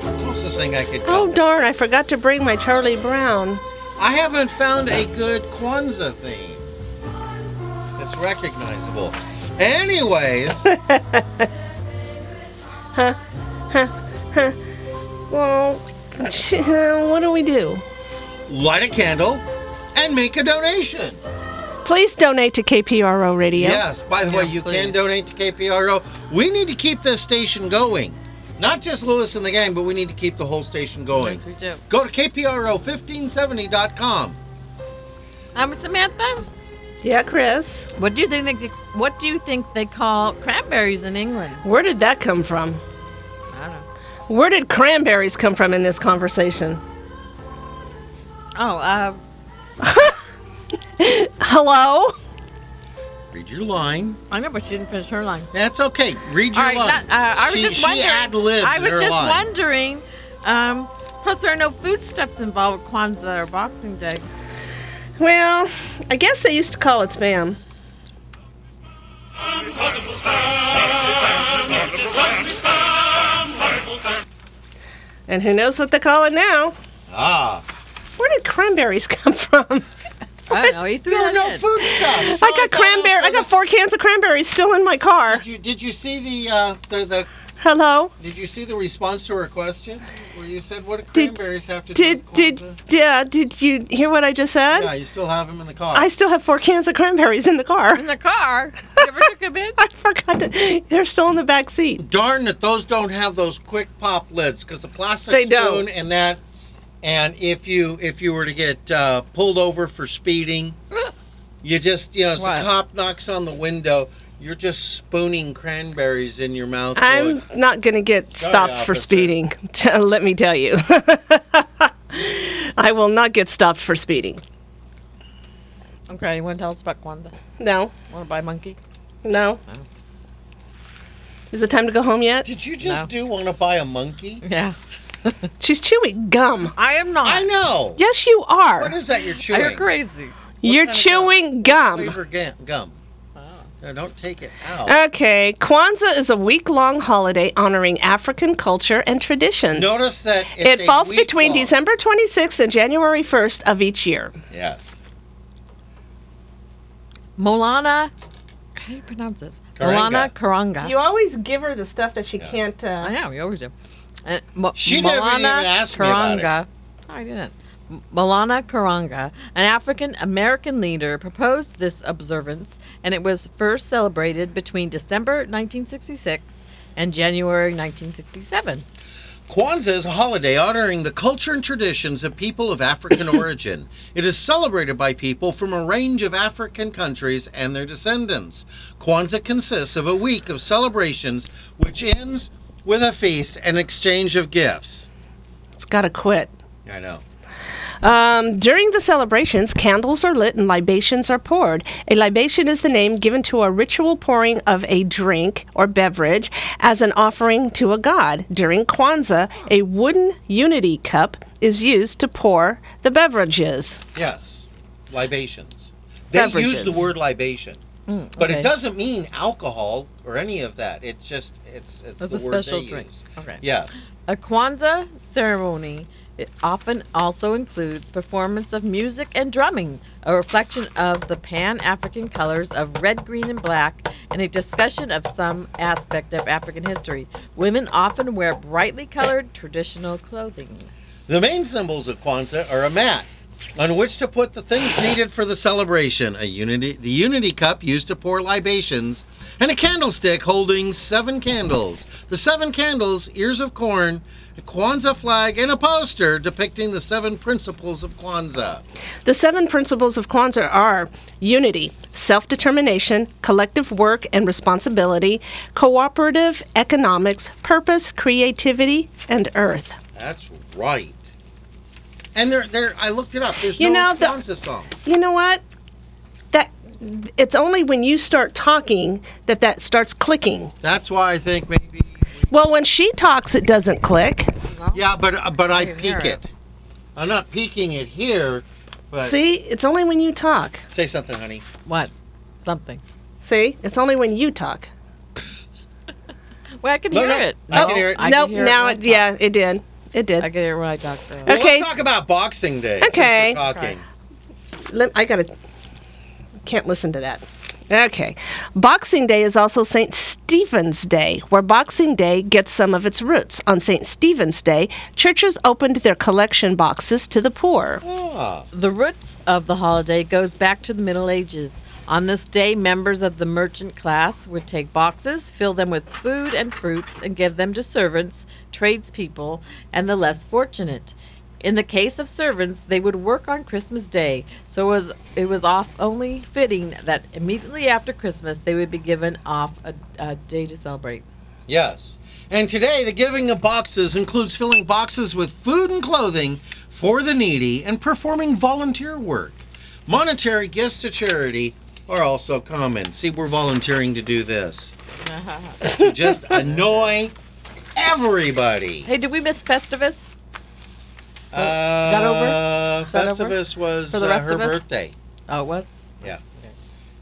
Closest thing I could.
Oh darn! I forgot to bring my Charlie Brown.
I haven't found a good Kwanzaa theme that's recognizable. Anyways,
Huh? Huh? Huh? Well, what do we do?
light a candle and make a donation.
Please donate to KPRO Radio.
Yes. By the way, you can donate to KPRO. We need to keep this station going. Not just Lewis and the gang, but we need to keep the whole station going.
Yes, we do.
Go to KPRO1570.com.
I'm Samantha.
Yeah, Chris.
What do you think? They, what do you think they call cranberries in England?
Where did that come from?
I don't know.
Where did cranberries come from in this conversation?
Oh, uh,
Hello?
Read your line.
I know, but she didn't finish her line.
That's okay. Read your
All right,
line.
that- uh, I was
She-
just
she
wondering.
ad-libbed
I was
her
just
line.
wondering. Um, plus, there are no foodstuffs involved with Kwanzaa or Boxing Day.
Well, I guess they used to call it spam. And who knows what they call it now?
Ah.
Where did cranberries come from?
I don't know. E He threw
There are
that
no Oh,
in.
foodstuffs.
I got cranberry. I got four cans of cranberries still in my car.
Did you, did you see the, uh, the the
Hello?
Did you see the response to her question where you said, What do
Did-
cranberries have to do
Did
with
did yeah? Did you hear what I just said?
Yeah, you still have them in the car.
I still have four cans of cranberries in the car.
In the car? You ever took them in?
I forgot to. They're still in the back seat.
Darn that those don't have those quick pop lids because the plastic
They
spoon
don't.
and that. And if you if you were to get uh, pulled over for speeding, you just you know as
What?
the cop knocks on the window, you're just spooning cranberries in your mouth. so
I'm not going to get
Sorry,
stopped for
officer.
speeding. Let me tell you. I will not get stopped for speeding.
Okay, you want to tell us about Kwanzaa?
No,
Want to buy monkey?
no. Is it time to go home yet?
Did you just do want to buy a monkey?
Yeah.
She's chewing gum.
I am not.
I know.
Yes, you are.
What is that you're chewing?
You're crazy.
You're chewing gum.
Flavor ga- gum. No, don't take it out.
Okay, Kwanzaa is a week long holiday honoring African culture and traditions.
Notice that it's
it
a
falls
week
between
long.
December 26th and January 1st of each year.
Yes.
Molana. How do you pronounce this?
Karanga.
Molana Karanga.
You always give her the stuff that she can't. Uh,
I know, you always do. And Mo-
She
Molana
never even asked me about it.
Karanga. No, I didn't. M- Molana Karanga, an African American leader, proposed this observance, and it was first celebrated between December 1966 and January 1967.
Kwanzaa is a holiday honoring the culture and traditions of people of African origin. It is celebrated by people from a range of African countries and their descendants. Kwanzaa consists of a week of celebrations which ends with a feast and exchange of gifts.
It's got to quit.
I know.
Um, during the celebrations, candles are lit and libations are poured. A libation is the name given to a ritual pouring of a drink or beverage as an offering to a god. During Kwanzaa, a wooden unity cup is used to pour the beverages.
Yes. Libations. They use
Beverages.
the word libation.
Mm,
But
okay.
it doesn't mean alcohol or any of that. It's just it's it's
That's
the
a
word
special
they
drink.
use.
Okay.
Yes.
A Kwanzaa ceremony it often also includes performance of music and drumming, a reflection of the pan-African colors of red, green, and black, and a discussion of some aspect of African history. Women often wear brightly colored traditional clothing.
The main symbols of Kwanzaa are a mat on which to put the things needed for the celebration, a unity the unity cup used to pour libations, and a candlestick holding seven candles. The seven candles, ears of corn, a Kwanzaa flag, and a poster depicting the seven principles of Kwanzaa.
The seven principles of Kwanzaa are unity, self determination, collective work and responsibility, cooperative economics, purpose, creativity, and earth.
That's right. And there there I looked it up. There's
You
no
know, the-
Kwanzaa song.
You know what? That it's only when you start talking that that starts clicking.
That's why I think maybe
Well, when she talks, it doesn't click.
Yeah, but uh, but I
can hear
peek it. I'm not peeking it here, but
See, it's only when you talk.
say something, honey.
What? Something.
See, it's only when you talk.
Well, I can
No,
hear
no,
it.
I can hear it.
I
nope.
can hear
now,
it.
it, yeah, it did. It did.
I can hear it when I talk. Though.
Well,
Okay.
Let's talk about Boxing Day.
Okay.
Since we're talking.
Let, I gotta. Can't listen to that. Okay. Boxing Day is also St. Stephen's Day, where Boxing Day gets some of its roots. On St. Stephen's Day, churches opened their collection boxes to the poor.
Ah,
The roots of the holiday goes back to the Middle Ages. On this day, members of the merchant class would take boxes, fill them with food and fruits, and give them to servants, tradespeople, and the less fortunate. In the case of servants, they would work on Christmas Day, so it was, it was off only fitting that immediately after Christmas they would be given off a, a day to celebrate.
Yes. And today, the giving of boxes includes filling boxes with food and clothing for the needy and performing volunteer work. Monetary gifts to charity are also common. See, we're volunteering to do this. to just annoy everybody.
Hey, did we miss Festivus?
Uh, Is
that over?
Uh,
Is that over?
Festivus was
For the
uh,
rest
her
of us?
birthday.
Oh, it was?
Yeah.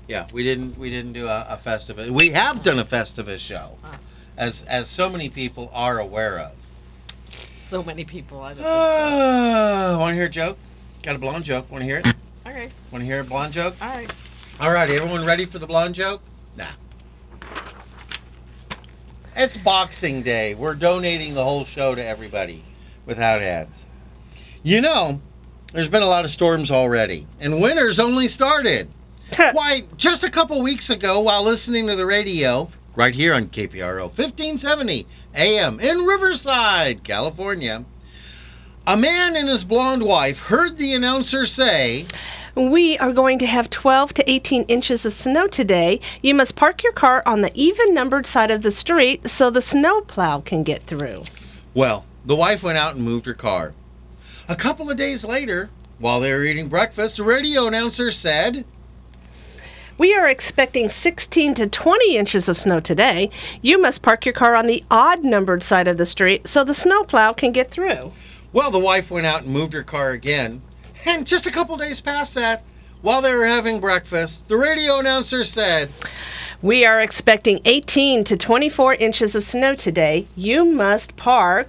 Yeah, we didn't we didn't do a, a Festivus. We have done a Festivus show,
Ah.
as as so many people are aware of.
So many people. I don't think so.
Uh, want to hear a joke? Got a blonde joke. Want to hear it?
Okay,
Want to hear a blonde joke?
all right.
All right, everyone ready for the blonde joke? Nah. It's Boxing Day. We're donating the whole show to everybody without ads. You know, there's been a lot of storms already, and winter's only started. Why, just a couple weeks ago, while listening to the radio, right here on KPRO 1570 AM in Riverside, California, a man and his blonde wife heard the announcer say,
We are going to have 12 to 18 inches of snow today. You must park your car on the even numbered side of the street so the snow plow can get through.
Well, the wife went out and moved her car. A couple of days later, while they were eating breakfast, the radio announcer said,
We are expecting 16 to 20 inches of snow today. You must park your car on the odd numbered side of the street so the snow plow can get through.
Well, the wife went out and moved her car again. And just a couple days past that, while they were having breakfast, the radio announcer said,
We are expecting 18 to 24 inches of snow today. You must park.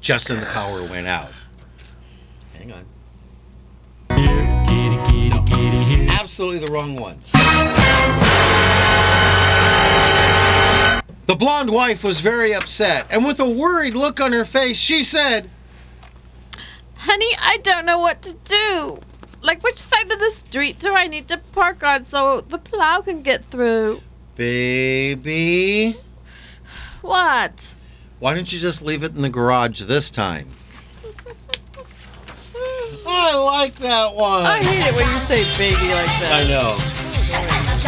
Just then the power went out. Hang on. Absolutely the wrong one. The blonde wife was very upset, and with a worried look on her face, she said,
Honey, I don't know what to do. Like, which side of the street do I need to park on so the plow can get through?
Baby,
What?
why don't you just leave it in the garage this time? I like that one.
I hate it when you say baby like that.
I know.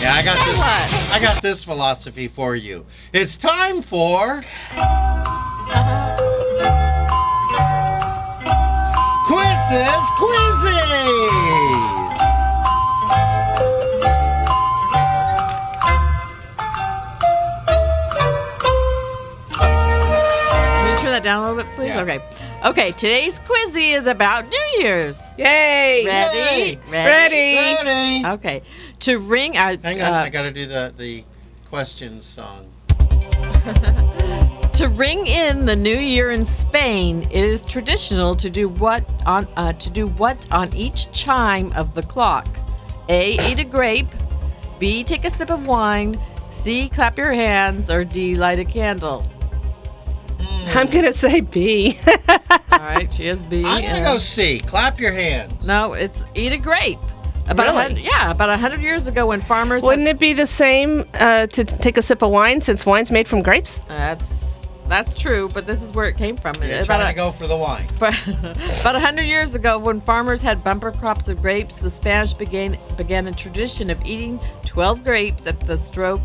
Yeah, I got this. I got this philosophy for you. It's time for quizzes, quizzes.
Can you turn that down a little bit, please?
Yeah.
Okay. Okay, today's quizzy is about New Year's.
Yay!
Ready?
Yay.
Ready?
Ready.
Okay. To ring our
Hang on,
uh,
I gotta do the the questions song.
To ring in the new year in Spain, it is traditional to do what on uh, to do what on each chime of the clock. A. Eat a grape. B. Take a sip of wine. C. Clap your hands. Or D. Light a candle.
I'm going to say B.
All right, she has B.
I'm gonna
and-
go C. Clap your hands.
No, it's eat a grape. About a
Really?
hundred, yeah, about a hundred years ago when farmers.
Wouldn't it be the same uh, to t- take a sip of wine since wine's made from grapes?
That's that's true, but this is where it came from.
You're
About
trying
a-
to go for the wine.
But about 100 years ago, when farmers had bumper crops of grapes, the Spanish began began a tradition of eating 12 grapes at the stroke,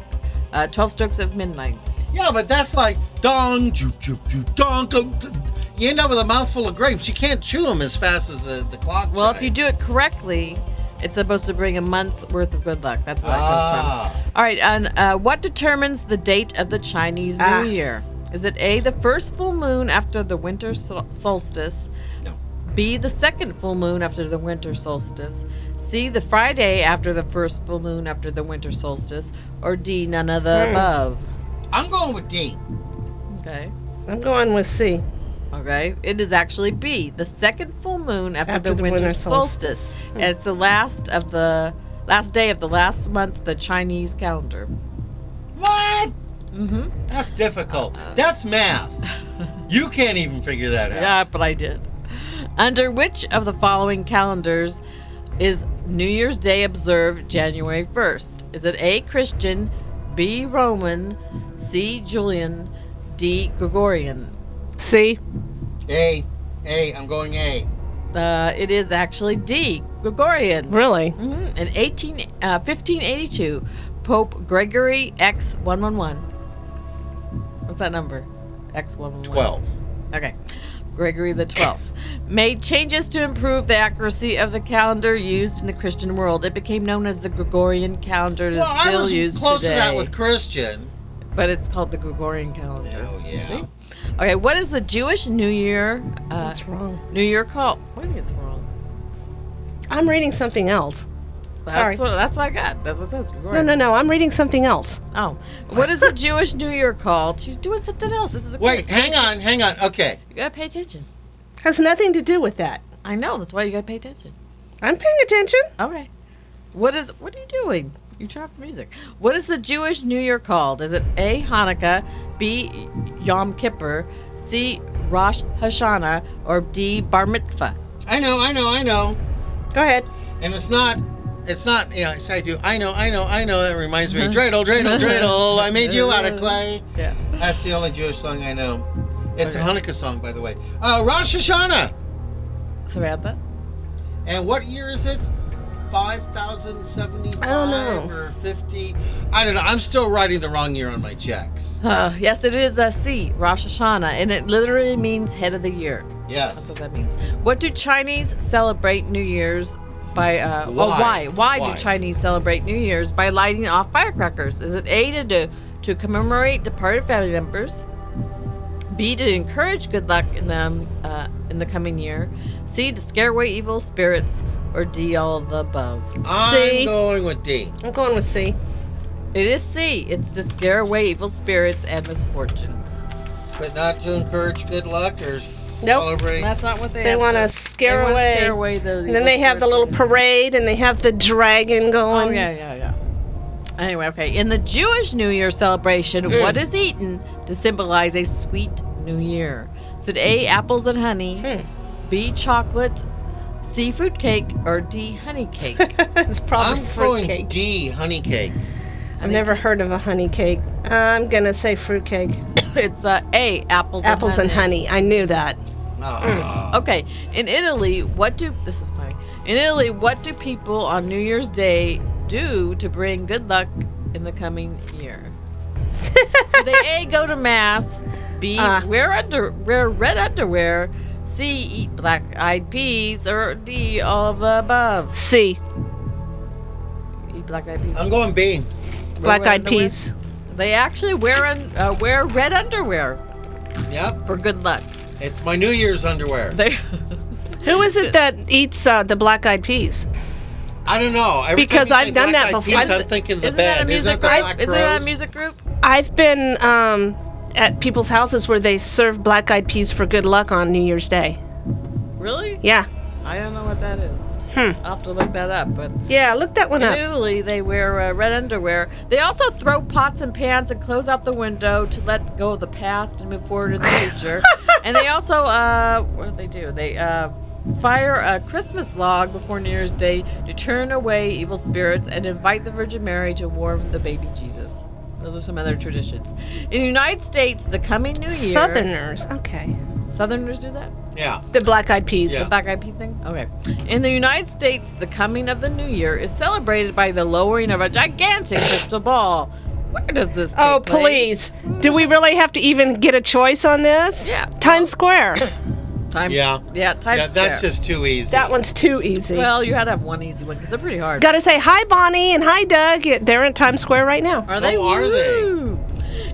uh, 12 strokes of midnight.
Yeah, but that's like dong, joop, joop, joop, dong. go, d- You end up with a mouthful of grapes. You can't chew them as fast as the, the clock.
Well, if you do it correctly, it's supposed to bring a month's worth of good luck. That's where
Ah.
it comes from. All right, and uh, what determines the date of the Chinese
Ah.
New Year? Is it A, the first full moon after the winter sol- solstice?
No.
B, the second full moon after the winter solstice? C, the Friday after the first full moon after the winter solstice? Or D, none of the
Hmm.
above?
I'm going with D.
Okay.
I'm going with C.
Okay. It is actually B, the second full moon after,
After
the,
the
winter,
winter
solstice.
solstice.
And it's the last of the last day of the last month of the Chinese calendar.
What?
Mm-hmm.
That's difficult.
Uh-uh.
That's math. You can't even figure that out.
Yeah, but I did. Under which of the following calendars is New Year's Day observed January 1st? Is it A. Christian, B. Roman, C. Julian, D. Gregorian?
C.
A, A. I'm going A.
Uh, it is actually D. Gregorian.
Really?
hmm In 18, uh, 1582, Pope Gregory X111. What's that number? X111.
Twelve.
Okay. Gregory the 12th made changes to improve the accuracy of the calendar used in the Christian world. It became known as the Gregorian calendar. It is
well,
still
I was
used
close
today.
to that with Christian.
but it's called the Gregorian calendar.
Oh yeah.
See? Okay, what is the Jewish New Year? Uh,
That's wrong.
New Year call. What is wrong?
I'm reading something else.
That's
Sorry.
what that's what I got. That's what it says. Go
No,
ahead.
no, no. I'm reading something else.
Oh, what is the Jewish New Year called? She's doing something else. This is a
Wait,
quiz.
hang on, hang on. Okay.
You gotta pay attention.
Has nothing to do with that.
I know. That's why you gotta pay attention.
I'm paying attention.
Okay. What is? What are you doing? You turned off the music. What is the Jewish New Year called? Is it A. Hanukkah, B. Yom Kippur, C. Rosh Hashanah, or D. Bar Mitzvah?
I know, I know, I know.
Go ahead.
And it's not, it's not, you know, it's I do, I know, I know, I know. That reminds me. dreidel, dreidel, dreidel, I made you out of clay.
Yeah.
That's the only Jewish song I know. It's a Hanukkah song, by the way. Uh, Rosh Hashanah.
Samantha.
And what year is it? 5,075
I don't know.
or 50? I don't know. I'm still writing the wrong year on my checks.
Uh, yes, it is a C. Rosh Hashanah, and it literally means head of the year.
Yes.
That's what that means. What do Chinese celebrate New Year's by? Uh,
Why?
Oh, why? why?
Why?
do Chinese celebrate New Year's by lighting off firecrackers? Is it A to do, to commemorate departed family members? B to encourage good luck in them uh, in the coming year. C to scare away evil spirits, or D all of the above.
I'm going with D.
I'm going with C.
It is C. It's to scare away evil spirits and misfortunes.
But not to encourage good luck or celebrate.
That's not what they.
They want to
answered. They
scare
wanna
away.
Scare away the.
and then they have the little parade and they have the dragon going.
Oh yeah, yeah, yeah. Anyway, okay. In the Jewish New Year celebration,
Mm.
what is eaten to symbolize a sweet New Year? Is it A. Apples and honey,
Hmm.
B. Chocolate, C. Fruit cake, or D. Honey cake?
it's probably
I'm
fruit
going
cake.
D, honey cake.
I've never heard of a honey cake. I'm gonna say fruit cake.
it's uh, A. Apples.
Apples
and
and honey. I knew that.
Mm. Okay. In Italy, what do this is funny. In Italy, what do people on New Year's Day do to bring good luck in the coming year? do they A go to mass, B
Uh.
wear under wear red underwear, C eat black eyed peas, or D all of the above?
C.
Eat black eyed peas.
I'm going B.
Wear
Um, Black
red
eyed
underwear?
peas.
They actually wear un, uh, wear red underwear
Yep.
for good luck.
It's my New Year's underwear.
They
Who is it that eats uh, the black eyed peas?
I don't know. Every
Because
time you
I've
say
done
Black
that
Eyed Peas,
before.
I'm thinking the
isn't that a
band. Isn't
music
it the
group?
Black
Isn't that a
Crowes?
music group?
I've been um, at people's houses where they serve black eyed peas for good luck on New Year's Day.
Really?
Yeah.
I don't know what that is.
Hmm.
I'll have to look that up. But
Yeah, look that one
in
up.
Italy, they wear uh, red underwear. They also throw pots and pans and close out the window to let go of the past and move forward to the future. and they also, uh, what do they do? They uh, fire a Christmas log before New Year's Day to turn away evil spirits and invite the Virgin Mary to warm the baby Jesus. Those are some other traditions. In the United States, the coming New Year.
Southerners. Okay.
Southerners do that?
Yeah.
The black eyed peas.
Yeah.
The black eyed pea thing? Okay. In the United States, the coming of the new year is celebrated by the lowering of a gigantic crystal ball. Where does this take
Oh,
place?
please. Do we really have to even get a choice on this?
Yeah.
Times Square.
Times,
Yeah.
Yeah, Times
Yeah, that's
Square.
just too easy.
that one's too easy.
Well, you had to have one easy one because they're pretty hard.
Got to say hi, Bonnie, and hi, Doug. Yeah, They're in Times Square right now.
Are they?
Oh, are they?
Woo!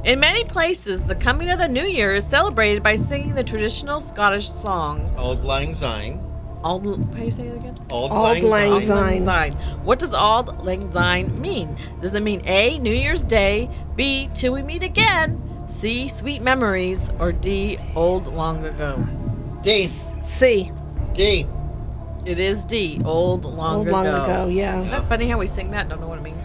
In many places, the coming of the new year is celebrated by singing the traditional Scottish song.
Old Lang Syne.
Auld, how do you say it again?
Old,
Auld Lang
Lang Syne.
Syne.
Lang Syne. What does Auld Lang Syne mean? Does it mean A, New Year's Day, B, Till We Meet Again, C, Sweet Memories, or D, Old Long Ago?
D.
C.
D.
It is D, Old Long
Old
Ago.
long ago, yeah.
Isn't that funny how we sing that? Don't know what it means.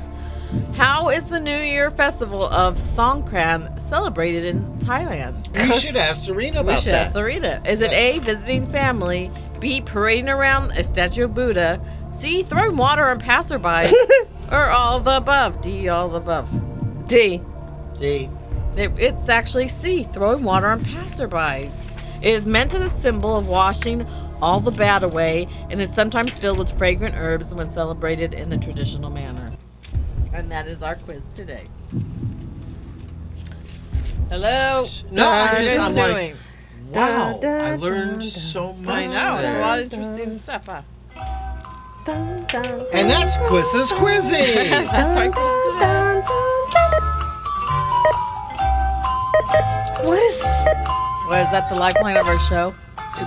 How is the New Year festival of Songkran celebrated in Thailand?
We should ask Serena
We
about
should
that.
ask Sarita. Is it A, visiting family, B, parading around a statue of Buddha, C, throwing water on passerby, or all the above? D, all the above.
D.
D.
It- it's actually C, throwing water on passerbys. It is meant as a symbol of washing all the bad away and is sometimes filled with fragrant herbs when celebrated in the traditional manner. And that is our quiz today. Hello.
No, I'm just- I'm
What are you
like,
doing?
Wow.
Da, da,
I learned
da, da,
so much.
I know. It's a
there.
lot of interesting stuff, huh?
Dun, dun, dun,
And that's Quiz's Quizzy.
That's our quiz today.
dun, dun. What is this?
What is that? The lifeline of our show?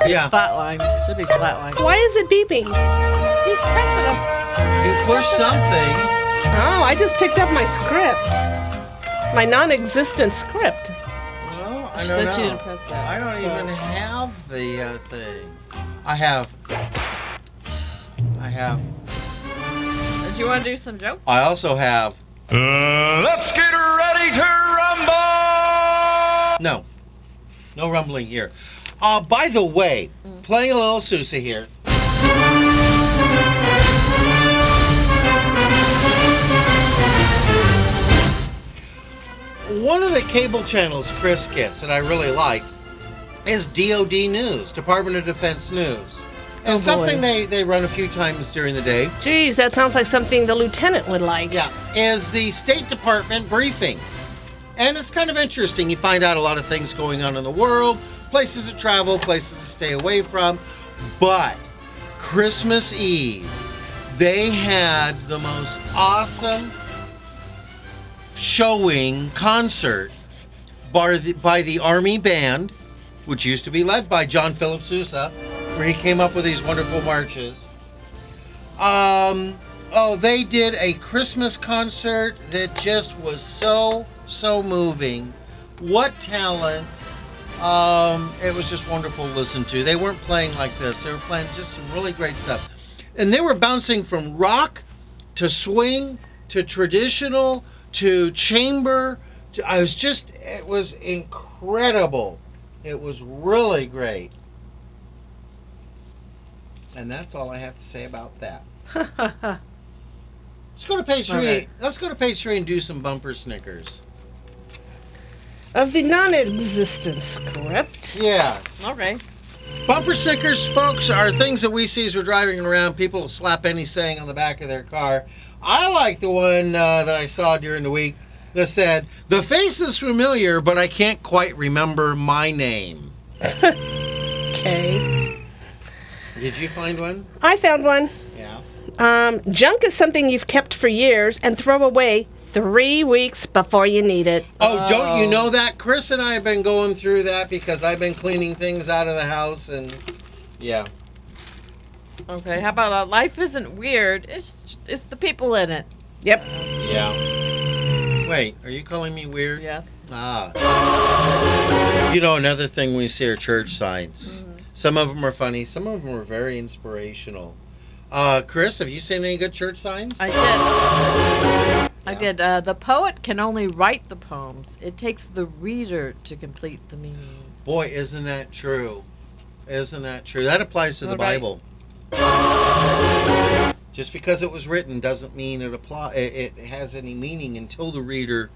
yeah.
Flatline. Should be flatline.
Why is it beeping?
He's pressing them.
You push something.
Oh, I just picked up my script. My non existent script.
Well, I
She
don't
said she
know.
didn't press that,
I don't
so-
even have the uh, thing. I have. I have.
Did you want to do some jokes?
I also have.
Uh, Let's get ready to rumble!
No. No rumbling here. Uh, by the way,
Mm.
playing a little Sousa here. One of the cable channels Chris gets that I really like is DOD News, Department of Defense News. And
Oh, boy.
something they, they run a few times during the day
Geez, that sounds like something the lieutenant would like.
Yeah. is the State Department briefing. And it's kind of interesting. You find out a lot of things going on in the world, places to travel, places to stay away from. But Christmas Eve, they had the most awesome showing concert by the, by the Army Band, which used to be led by John Philip Sousa, where he came up with these wonderful marches. Um, oh, they did a Christmas concert that just was so, so moving. What talent. Um, it was just wonderful to listen to. They weren't playing like this, they were playing just some really great stuff. And they were bouncing from rock to swing to traditional to chamber. To, I was just, it was incredible. It was really great. And that's all I have to say about that. Let's go to page
All
three.
right.
Let's go to page three and do some bumper snickers.
Of the non existent script.
Yeah.
Okay.
Bumper stickers, folks, are things that we see as we're driving around. People will slap any saying on the back of their car. I like the one uh, that I saw during the week that said, The face is familiar, but I can't quite remember my name.
Okay.
Did you find one?
I found one.
Yeah.
Um, junk is something you've kept for years and throw away three weeks before you need it.
Oh, don't you know that? Chris and I have been going through that because I've been cleaning things out of the house and. Yeah.
Okay. How about uh, life isn't weird? It's it's the people in it.
Yep.
Yeah. Wait, are you calling me weird?
Yes.
Ah. You know, another thing we see are church signs. Some of them are funny, some of them are very inspirational. Uh, Chris, have you seen any good church signs?
I did. I did. Uh, the poet can only write the poems. It takes the reader to complete the meaning.
Boy, isn't that true? Isn't that true? That applies to the
All right.
Bible. Just because it was written doesn't mean it apply. It, it has any meaning until the reader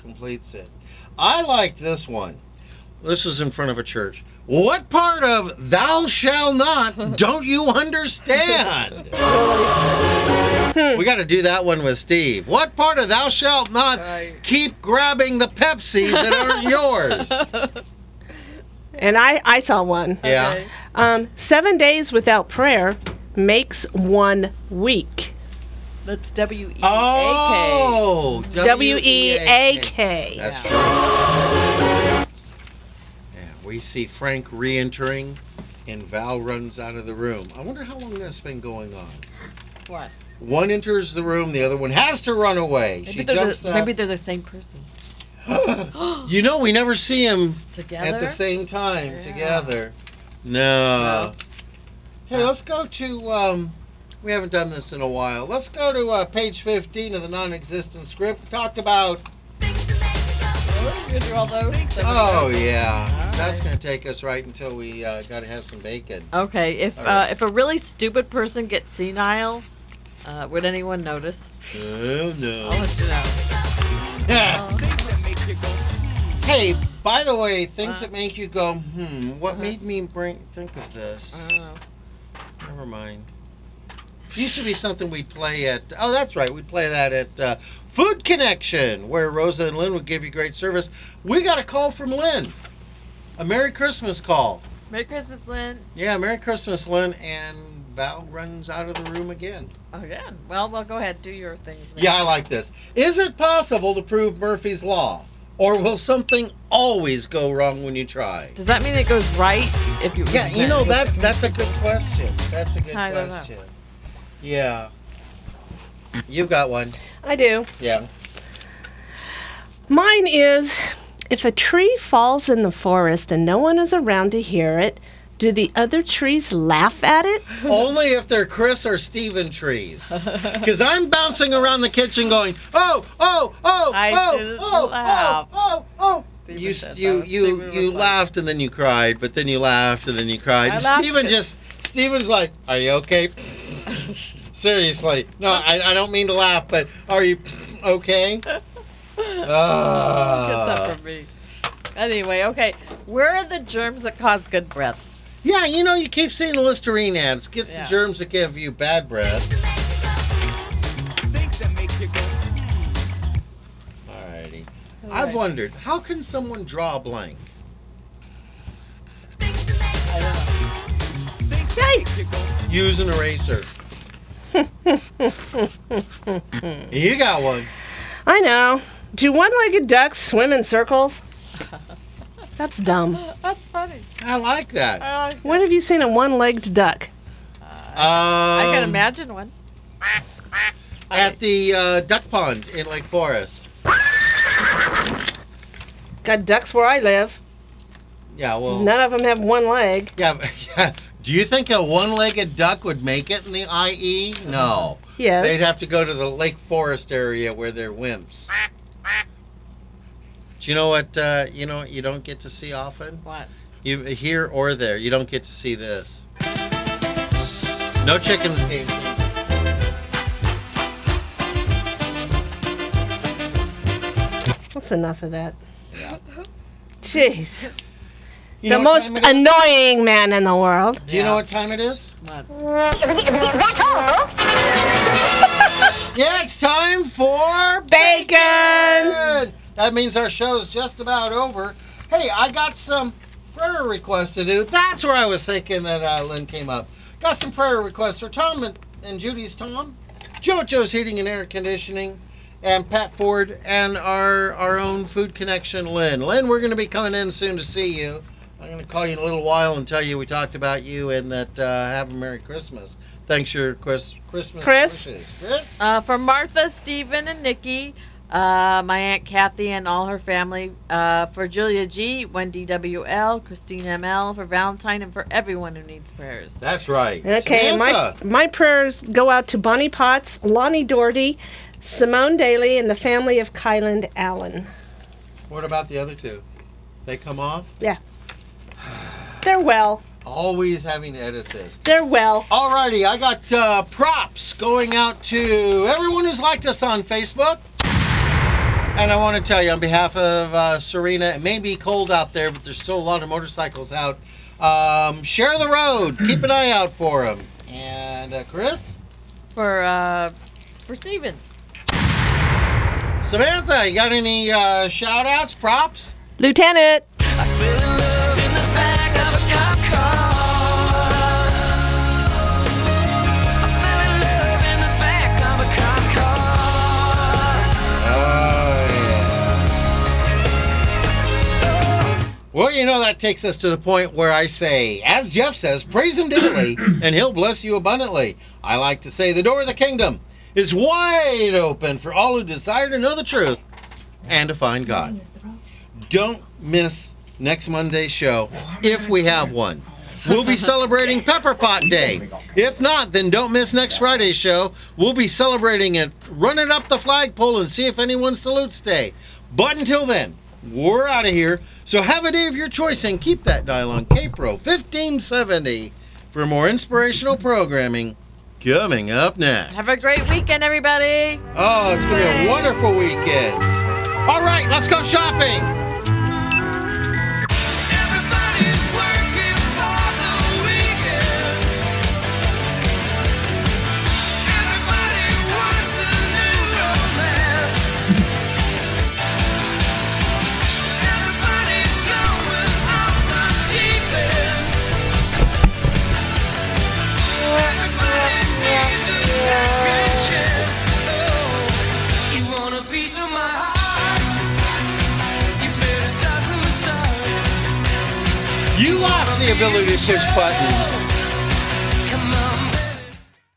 completes it. I like this one. This is in front of a church. What part of "Thou shall not" don't you understand? we got to do that one with Steve. What part of "Thou shalt not" keep grabbing the Pepsis that aren't yours?
And I, I saw one.
Yeah. Okay.
Um, seven days without prayer makes one week.
That's W E A K.
Oh,
W E A K.
That's true. Yeah, we see Frank re-entering, and Val runs out of the room. I wonder how long that's been going on.
What?
One enters the room, the other one has to run away.
Maybe
she
they're
jumps
the,
up.
maybe they're the same person.
you know, we never see him at
Together?
the same time
Yeah.
together. No. Hey, let's go to. Um, we haven't done this in a while. Let's go to uh, page 15 of the non-existent script. Talked about Oh yeah, that's going to take us right until we uh, got to have some bacon.
Okay. If
All right.
uh, if a really stupid person gets senile, uh, would anyone notice?
Oh no.
I'll let you know.
Hey, by the way, things that make you go, hmm, what
Uh-huh.
made me bring think of this?
Uh,
Never mind. Used to be something we'd play at. Oh, that's right, we'd play that at uh, Food Connection, where Rosa and Lynn would give you great service. We got a call from Lynn, a Merry Christmas call.
Merry Christmas, Lynn.
Yeah, Merry Christmas, Lynn, and Val runs out of the room again.
Oh yeah. Well, well, go ahead. Do your things. now.
Yeah, I like this. Is it possible to prove Murphy's Law? Or will something always go wrong when you try?
Does that mean it goes right if you?
Yeah, you know, that's, that's a good question. That's a good
I don't know.
question. Yeah. You've got one.
I do.
Yeah.
Mine is if a tree falls in the forest and no one is around to hear it, do the other trees laugh at it?
Only if they're Chris or Steven trees. Because I'm bouncing around the kitchen going, oh, oh, oh,
I
oh,
didn't
oh,
laugh.
oh, oh, oh. You, s- you, you, you laughed and then you cried, but then you laughed and then you cried.
I
And
laughed
Steven
at-
just, Steven's like, are you okay? Seriously. No, I, I don't mean to laugh, but are you okay? Ah.
Gets "Oh, up for me. Anyway, okay. Where are the germs that cause good breath?
Yeah, you know, you keep seeing the Listerine ads. Gets
Yeah.
the germs that give you bad breath. Alrighty. I've
Alright.
wondered, how can someone draw a blank? Use an eraser. you got one.
I know. Do one legged ducks swim in circles? That's dumb.
That's funny.
I like that.
When have you seen a one legged duck?
I can
Um,
imagine one.
At the uh, duck pond in Lake Forest.
Got ducks where I live.
Yeah, well.
None of them have one leg.
Yeah, but- yeah. Do you think a one-legged duck would make it in the IE? No.
Yes.
They'd have to go to the Lake Forest area where they're wimps. Do you know what? Uh, you know what you don't get to see often.
What?
You here or there? You don't get to see this. No chickens game.
That's enough of that. Jeez.
You
the
know what
most
time it is?
annoying man in the world.
Do you know what time it is? yeah, it's time for bacon. That means our show's just about over. Hey, I got some prayer requests to do. That's where I was thinking that uh, Lynn came up. Got some prayer requests for Tom and, and Judy's Tom, JoJo's Heating and Air Conditioning, and Pat Ford and our our own Food Connection Lynn. Lynn, we're going to be coming in soon to see you. I'm going to call you in a little while and tell you we talked about you and that uh, have a Merry Christmas. Thanks for your Chris, Christmas
Chris?
wishes.
Uh, for Martha, Stephen, and Nikki, uh, my Aunt Kathy and all her family. Uh, for Julia G, Wendy WL, Christine ML, for Valentine, and for everyone who needs prayers.
That's right.
Okay, my, my prayers go out to Bonnie Potts, Lonnie Doherty, Simone Daly, and the family of Kyland Allen.
What about the other two? They come off?
Yeah. They're well.
Always having to edit this.
They're well.
Alrighty, I got uh, props going out to everyone who's liked us on Facebook. And I want to tell you, on behalf of uh, Serena, it may be cold out there, but there's still a lot of motorcycles out. Um, share the road. Keep an eye out for them. And uh, Chris?
For, uh, for Stephen.
Samantha, you got any uh, shout outs, props?
Lieutenant.
Oh, Well, you know, that takes us to the point where I say, as Jeff says, praise him daily, and he'll bless you abundantly. I like to say, the door of the kingdom is wide open for all who desire to know the truth and to find God. Don't miss next Monday's show if we have one. We'll be celebrating Pepper Pot Day. If not, then don't miss next Friday's show. We'll be celebrating it, run it up the flagpole, and see if anyone salutes day. But until then, we're out of here. So have a day of your choice and keep that dial on KPRO 1570 for more inspirational programming coming up next.
Have a great weekend, everybody.
Oh, it's going to be a wonderful weekend. All right, let's go shopping.
Oh, You want a piece of my heart? You better start from the start.
You lost the ability to push buttons.